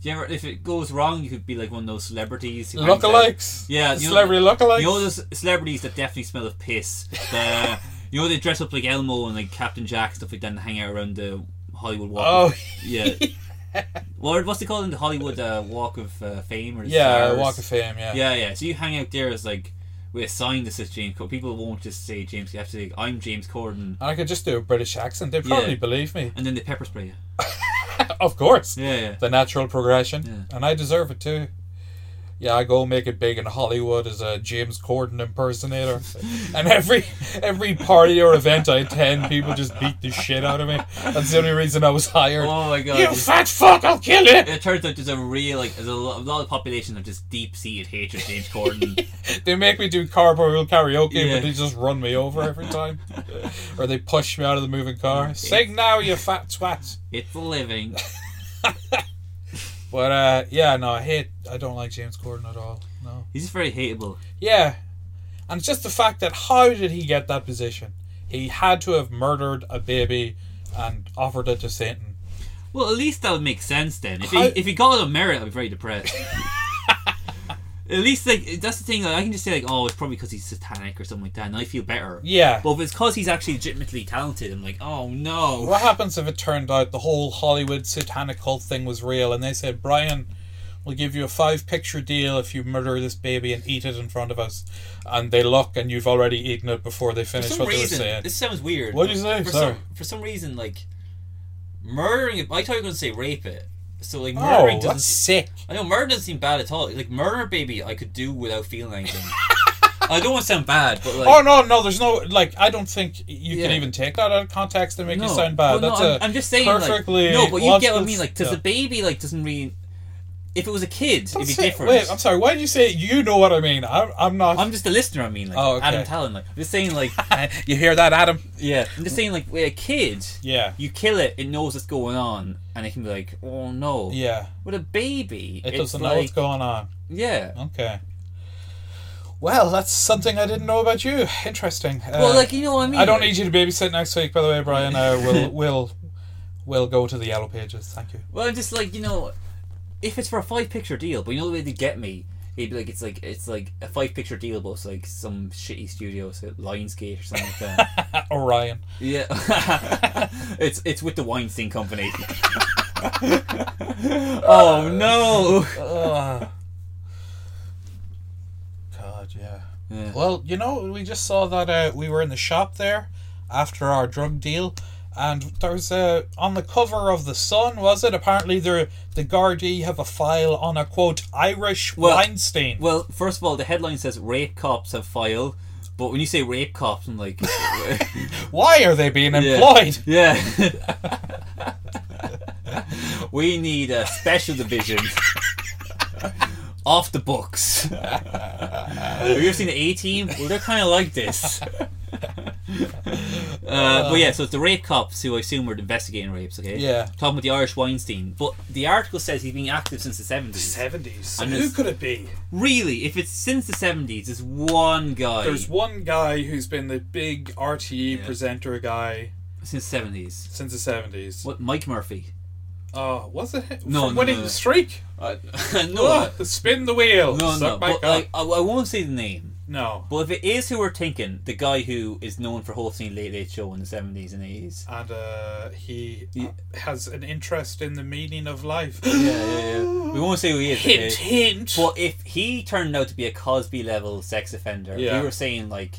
Speaker 1: Do you ever, if it goes wrong, you could be like one of those celebrities. who hangs out-
Speaker 2: lookalikes.
Speaker 1: Yeah, you know-
Speaker 2: celebrity lookalikes.
Speaker 1: You know those celebrities that definitely smell of piss. The, you know they dress up like Elmo and like Captain Jack stuff like that and hang out around the Hollywood Walk.
Speaker 2: oh,
Speaker 1: Of, yeah. What what's it called in the Hollywood uh, Walk of uh, Fame or the
Speaker 2: yeah,
Speaker 1: Stars?
Speaker 2: Walk of Fame.
Speaker 1: Yeah, yeah. So you hang out there as like with a sign that says James Corden. People won't just say James. You have to say I'm James Corden,
Speaker 2: And I could just do a British accent. They'd probably
Speaker 1: Yeah.
Speaker 2: believe me.
Speaker 1: and then they pepper spray you.
Speaker 2: Of course.
Speaker 1: Yeah, yeah.
Speaker 2: The natural progression.
Speaker 1: Yeah.
Speaker 2: And I deserve it too. Yeah, I go make it big in Hollywood as a James Corden impersonator. and every every party or event I attend, people just beat the shit out of me. That's the only reason I was hired.
Speaker 1: Oh my god.
Speaker 2: you fat fuck, I'll kill you!
Speaker 1: it turns out there's a real like there's a lot, a lot of population of just deep seated hatred of James Corden.
Speaker 2: They make me do carpool karaoke,
Speaker 1: Yeah.
Speaker 2: but they just run me over every time. or they push me out of the moving car. Sing now, you fat twat.
Speaker 1: it's a living.
Speaker 2: But uh, yeah, no, I hate. I don't like James Corden at all. No.
Speaker 1: He's just very hateable.
Speaker 2: Yeah, and it's just the fact that how did he get that position? He had to have murdered a baby and offered it to Satan.
Speaker 1: Well, at least that would make sense then. If
Speaker 2: How-
Speaker 1: he if he got it on merit, I'd be very depressed. at least like that's the thing. Like, I can just say like, oh, it's probably because he's satanic or something like that, and I feel better.
Speaker 2: Yeah.
Speaker 1: But if it's because he's actually legitimately talented, I'm like, oh no.
Speaker 2: What happens if it turned out the whole Hollywood satanic cult thing was real and they said, Brian, we'll give you a five picture deal if you murder this baby and eat it in front of us? And they look and you've already eaten it before they
Speaker 1: For
Speaker 2: finish
Speaker 1: some
Speaker 2: what they were
Speaker 1: reason,
Speaker 2: saying.
Speaker 1: this sounds weird.
Speaker 2: What'd you say?
Speaker 1: For
Speaker 2: Sorry.
Speaker 1: some, for some reason, like murdering. I thought you were going to say rape it. So like murdering
Speaker 2: Oh,
Speaker 1: doesn't
Speaker 2: that's sick.
Speaker 1: I know murder doesn't seem bad at all. Like murder, baby, I could do without feeling anything. I don't want to sound bad, but like,
Speaker 2: Oh no, no, there's no like. I don't think you
Speaker 1: Yeah.
Speaker 2: can even take that out of context and make
Speaker 1: no,
Speaker 2: you sound bad.
Speaker 1: Well,
Speaker 2: That's
Speaker 1: no,
Speaker 2: a
Speaker 1: I'm, I'm just saying,
Speaker 2: perfectly.
Speaker 1: like, no, but you get what I
Speaker 2: logical-
Speaker 1: mean. Like, does
Speaker 2: Yeah.
Speaker 1: the baby like doesn't really? If it was a kid, it'd be
Speaker 2: Say-
Speaker 1: different.
Speaker 2: Wait, I'm sorry. Why did you say you know what I mean? I'm, I'm not.
Speaker 1: I'm just a listener. I mean, like
Speaker 2: Oh, okay.
Speaker 1: Adam Talon. Like, I'm just saying, like,
Speaker 2: you hear that, Adam?
Speaker 1: yeah, I'm just saying, like, with a kid,
Speaker 2: Yeah.
Speaker 1: you kill it, it knows what's going on, and it can be like, oh no.
Speaker 2: Yeah.
Speaker 1: With a baby,
Speaker 2: It
Speaker 1: it's
Speaker 2: doesn't
Speaker 1: like,
Speaker 2: know what's going on.
Speaker 1: Yeah.
Speaker 2: Okay. Well, that's something I didn't know about you. Interesting. Uh,
Speaker 1: well, like you know what I mean.
Speaker 2: I don't
Speaker 1: like-
Speaker 2: need you to babysit next week, by the way, Brian. Uh, we'll we'll we'll go to the yellow pages. Thank you.
Speaker 1: Well, I'm just like you know, if it's for a five picture deal, but you know the way they get me, it'd be like it's like it's like a five picture deal, but it's like some shitty studio, so Lionsgate or something like that.
Speaker 2: Orion.
Speaker 1: yeah, it's it's with the Weinstein Company. oh no!
Speaker 2: Ugh. God, yeah.
Speaker 1: Yeah.
Speaker 2: Well, you know, we just saw that uh, we were in the shop there after our drug deal, and there's uh, on the cover of the Sun, was it? Apparently, the the Gardaí have a file on a quote Irish
Speaker 1: Well-
Speaker 2: Weinstein.
Speaker 1: Well, first of all, the headline says rape cops have file, but when you say rape cops, I'm like,
Speaker 2: Why are they being
Speaker 1: Yeah.
Speaker 2: employed?
Speaker 1: yeah. we need a special division off the books. Have you ever seen A Team? Well, they're kind of like this. Uh, but yeah, so it's the rape cops who I assume were investigating rapes, okay?
Speaker 4: Yeah.
Speaker 1: Talking about the Irish Weinstein. But the article says he's been active since the 70s.
Speaker 2: 70s.
Speaker 1: And
Speaker 2: Who
Speaker 1: it's-
Speaker 2: could it be?
Speaker 1: Really, if it's since the 70s, it's one guy
Speaker 2: There's one guy who's been the big RTE presenter guy
Speaker 1: since the 70s.
Speaker 2: since the 70s.
Speaker 1: What, Mike Murphy?
Speaker 2: Uh, was it him?
Speaker 1: No,
Speaker 2: From
Speaker 1: no,
Speaker 2: Winning
Speaker 1: no.
Speaker 2: the Streak?
Speaker 1: Uh,
Speaker 2: Oh,
Speaker 1: no,
Speaker 2: spin the wheel.
Speaker 1: no, no.
Speaker 2: Suck my
Speaker 1: But
Speaker 2: cock.
Speaker 1: like, I, I won't say the name.
Speaker 2: no.
Speaker 1: But if it is who we're thinking, the guy who is known for hosting Late Late Show in the 70s and 80s.
Speaker 2: And uh, he uh, has an interest in the meaning of life.
Speaker 1: Yeah, yeah, yeah. We won't say who he is.
Speaker 2: hint,
Speaker 1: okay?
Speaker 2: hint.
Speaker 1: But if he turned out to be a Cosby level sex offender,
Speaker 2: Yeah.
Speaker 1: we were saying like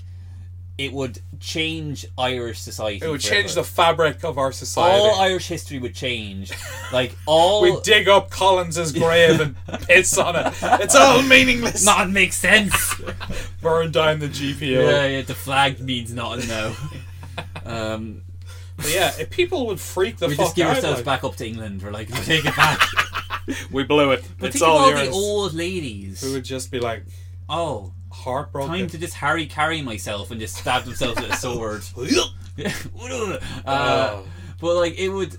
Speaker 1: it would change Irish society.
Speaker 2: It would
Speaker 1: forever.
Speaker 2: change the fabric of our society.
Speaker 1: all Irish history would change. Like all
Speaker 2: we dig up Collins's grave and piss on it. It's all meaningless.
Speaker 1: not makes sense.
Speaker 2: burn down the GPO.
Speaker 1: yeah, yeah, the flag means nothing now. Um,
Speaker 2: But yeah, if people would freak the
Speaker 1: we
Speaker 2: fuck
Speaker 1: just give
Speaker 2: out.
Speaker 1: ourselves
Speaker 2: like-
Speaker 1: back up to England. We're like, we take it back.
Speaker 3: We blew it.
Speaker 1: But
Speaker 3: it's
Speaker 1: think of
Speaker 3: all
Speaker 1: all
Speaker 3: yours.
Speaker 1: the old ladies.
Speaker 2: We would just be like
Speaker 1: oh,
Speaker 2: heartbroken.
Speaker 1: time to just Harry carry myself and just stab themselves with a sword. uh,
Speaker 2: Oh.
Speaker 1: but like it would,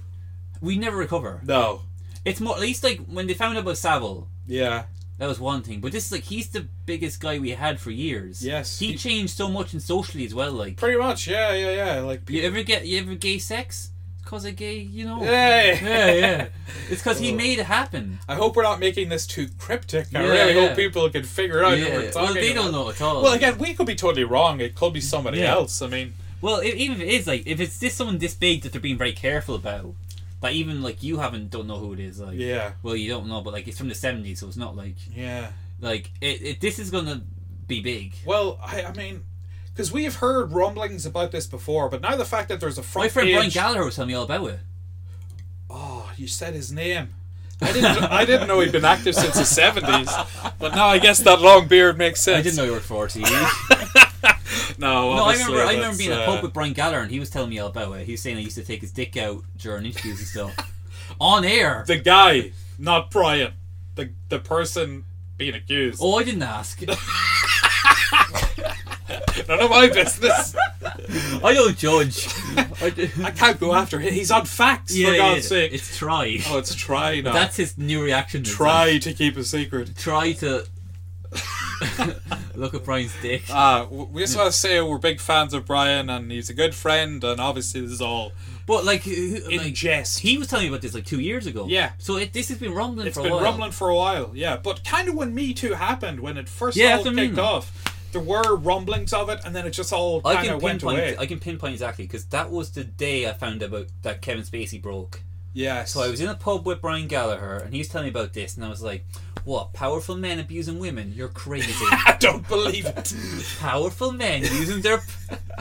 Speaker 1: we never recover.
Speaker 2: no.
Speaker 1: It's more at least like when they found out about Savile,
Speaker 2: Yeah.
Speaker 1: that was one thing. But this is like he's the biggest guy we had for years.
Speaker 2: Yes.
Speaker 1: he,
Speaker 2: He-
Speaker 1: changed so much and socially as well. Like
Speaker 2: Pretty much. Yeah. Yeah. Yeah. Like.
Speaker 1: you ever get you ever gay sex? It's cause of gay, you know.
Speaker 2: Hey.
Speaker 1: yeah, yeah. It's cause
Speaker 2: Oh.
Speaker 1: he made it happen.
Speaker 2: I hope we're not making this too cryptic. I
Speaker 1: Yeah,
Speaker 2: really
Speaker 1: yeah.
Speaker 2: hope people can figure out what we're
Speaker 1: Yeah.
Speaker 2: talking
Speaker 1: Well, they don't
Speaker 2: about.
Speaker 1: know at all.
Speaker 2: Well, again, we could be totally wrong. It could be somebody
Speaker 1: Yeah.
Speaker 2: else. I mean,
Speaker 1: Well, if, even if it is like if it's this someone this big that they're being very careful about, that even like you haven't don't know who it is. Like
Speaker 2: yeah,
Speaker 1: well, you don't know, but like it's from the seventies, so it's not like
Speaker 2: yeah.
Speaker 1: like it, it. This is gonna be big.
Speaker 2: Well, I, I mean, because we have heard rumblings about this before, but now the fact that there's a front
Speaker 1: My friend Brian
Speaker 2: page-
Speaker 1: Gallagher was telling me all about it.
Speaker 2: Oh, you said his name. I didn't. I didn't know he'd been active since the seventies, but now I guess that long beard makes sense.
Speaker 1: I didn't know you were forty. no,
Speaker 2: No,
Speaker 1: I
Speaker 2: obviously
Speaker 1: remember. I remember
Speaker 2: that's,
Speaker 1: being at
Speaker 2: uh,
Speaker 1: a pub with Brian Gallagher, and he was telling me all about it. He was saying he used to take his dick out during interviews and stuff on air.
Speaker 2: the guy, not Brian, the the person being accused.
Speaker 1: Oh, I didn't ask.
Speaker 2: None of my business.
Speaker 1: I don't judge. I do.
Speaker 2: I can't go after him. He's on facts.
Speaker 1: Yeah,
Speaker 2: for
Speaker 1: yeah,
Speaker 2: God's sake.
Speaker 1: it's try.
Speaker 2: oh, it's try now.
Speaker 1: That's his new reaction. is like,
Speaker 2: try to keep a secret.
Speaker 1: try to look at Brian's dick.
Speaker 2: Uh, w- we just want to say we're big fans of Brian and he's a good friend, and obviously, this is all.
Speaker 1: But like, who- who- like,
Speaker 2: jest.
Speaker 1: he was telling me about this like two years ago.
Speaker 2: Yeah.
Speaker 1: So it, this has been rumbling
Speaker 2: It's
Speaker 1: for a
Speaker 2: been
Speaker 1: while.
Speaker 2: rumbling for a while, yeah. But kind of when Me Too happened, when it first
Speaker 1: Yeah,
Speaker 2: all
Speaker 1: that's what
Speaker 2: kicked
Speaker 1: I mean.
Speaker 2: off, there were rumblings of it, and then it just all
Speaker 1: I
Speaker 2: kind
Speaker 1: can
Speaker 2: of went
Speaker 1: pinpoint.
Speaker 2: away.
Speaker 1: I can pinpoint exactly because that was the day I found about that Kevin Spacey broke.
Speaker 2: yes.
Speaker 1: So I was in a pub with Brian Gallagher, and he was telling me about this, and I was like, "What? Powerful men abusing women? You're crazy!
Speaker 2: I don't believe it.
Speaker 1: Powerful men using their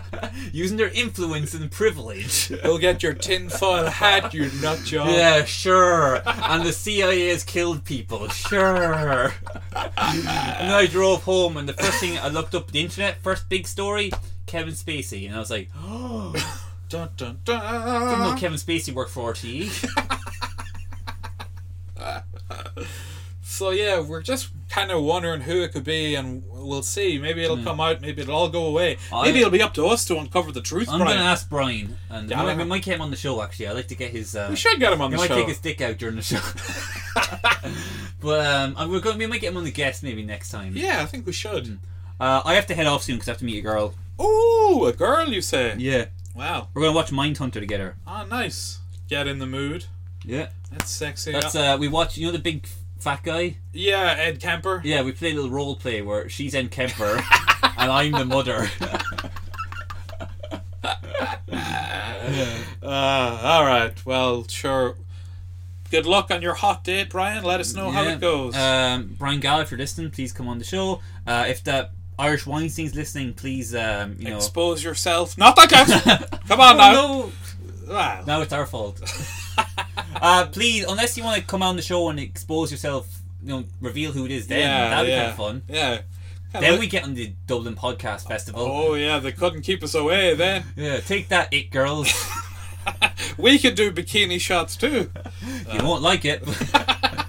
Speaker 1: using their influence and privilege."
Speaker 2: You'll get your tinfoil hat, you nut job.
Speaker 1: Yeah, sure. and the CIA has killed people. Sure. and then I drove home, and the first thing I looked up the internet, first big story, Kevin Spacey, and I was like,
Speaker 2: Dun, dun,
Speaker 1: I didn't
Speaker 2: dun.
Speaker 1: know Kevin Spacey worked for E. RTE.
Speaker 2: So yeah, we're just kind of wondering who it could be, and we'll see. Maybe it'll come out. Maybe it'll all go away.
Speaker 1: Hmm. I-
Speaker 2: maybe it'll be up to us to uncover the truth.
Speaker 1: I'm
Speaker 2: Brian.
Speaker 1: gonna ask Brian, and
Speaker 2: Yeah,
Speaker 1: when,
Speaker 2: I-
Speaker 1: when Mike came on the show, actually, I'd like to get his. Uh,
Speaker 2: We should get him on
Speaker 1: he
Speaker 2: the
Speaker 1: might
Speaker 2: show.
Speaker 1: take his dick out during the show. but um, and we're going. We might get him on the guest maybe next time.
Speaker 2: Yeah, I think we should.
Speaker 1: Uh, I have to head off soon because I have to meet a girl.
Speaker 2: Oh, a girl, you say?
Speaker 1: Yeah.
Speaker 2: Wow.
Speaker 1: We're gonna watch Mindhunter together.
Speaker 2: Ah, nice. Get in the mood.
Speaker 1: Yeah.
Speaker 2: That's sexy.
Speaker 1: That's uh, we watch. You know the big fat guy.
Speaker 2: yeah, Ed Kemper.
Speaker 1: Yeah, we play a little role play where she's N Kemper and I'm the mother.
Speaker 2: Uh, all right. Well, sure. Good luck on your hot date, Brian. Let us know how
Speaker 1: Yeah.
Speaker 2: it goes.
Speaker 1: Um, Brian Gallagher, if you're listening, please come on the show. Uh, if the Irish Weinstein's listening, please, um, you know.
Speaker 2: Expose yourself. Not like that. Come on now.
Speaker 1: Oh,
Speaker 2: Well,
Speaker 1: no, no, it's our fault. uh, please, unless you want to come on the show and expose yourself, you know, reveal who it is. Then
Speaker 2: yeah,
Speaker 1: that'd be
Speaker 2: yeah.
Speaker 1: kind of fun.
Speaker 2: Yeah.
Speaker 1: Then we get on the Dublin Podcast Festival.
Speaker 2: Oh yeah, they couldn't keep us away. Then
Speaker 1: Yeah, take that, it girls.
Speaker 2: we could do bikini shots too.
Speaker 1: you won't like it.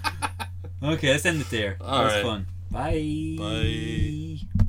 Speaker 1: okay, let's end it there.
Speaker 2: All
Speaker 1: That's
Speaker 2: right.
Speaker 1: fun. Bye.
Speaker 2: Bye.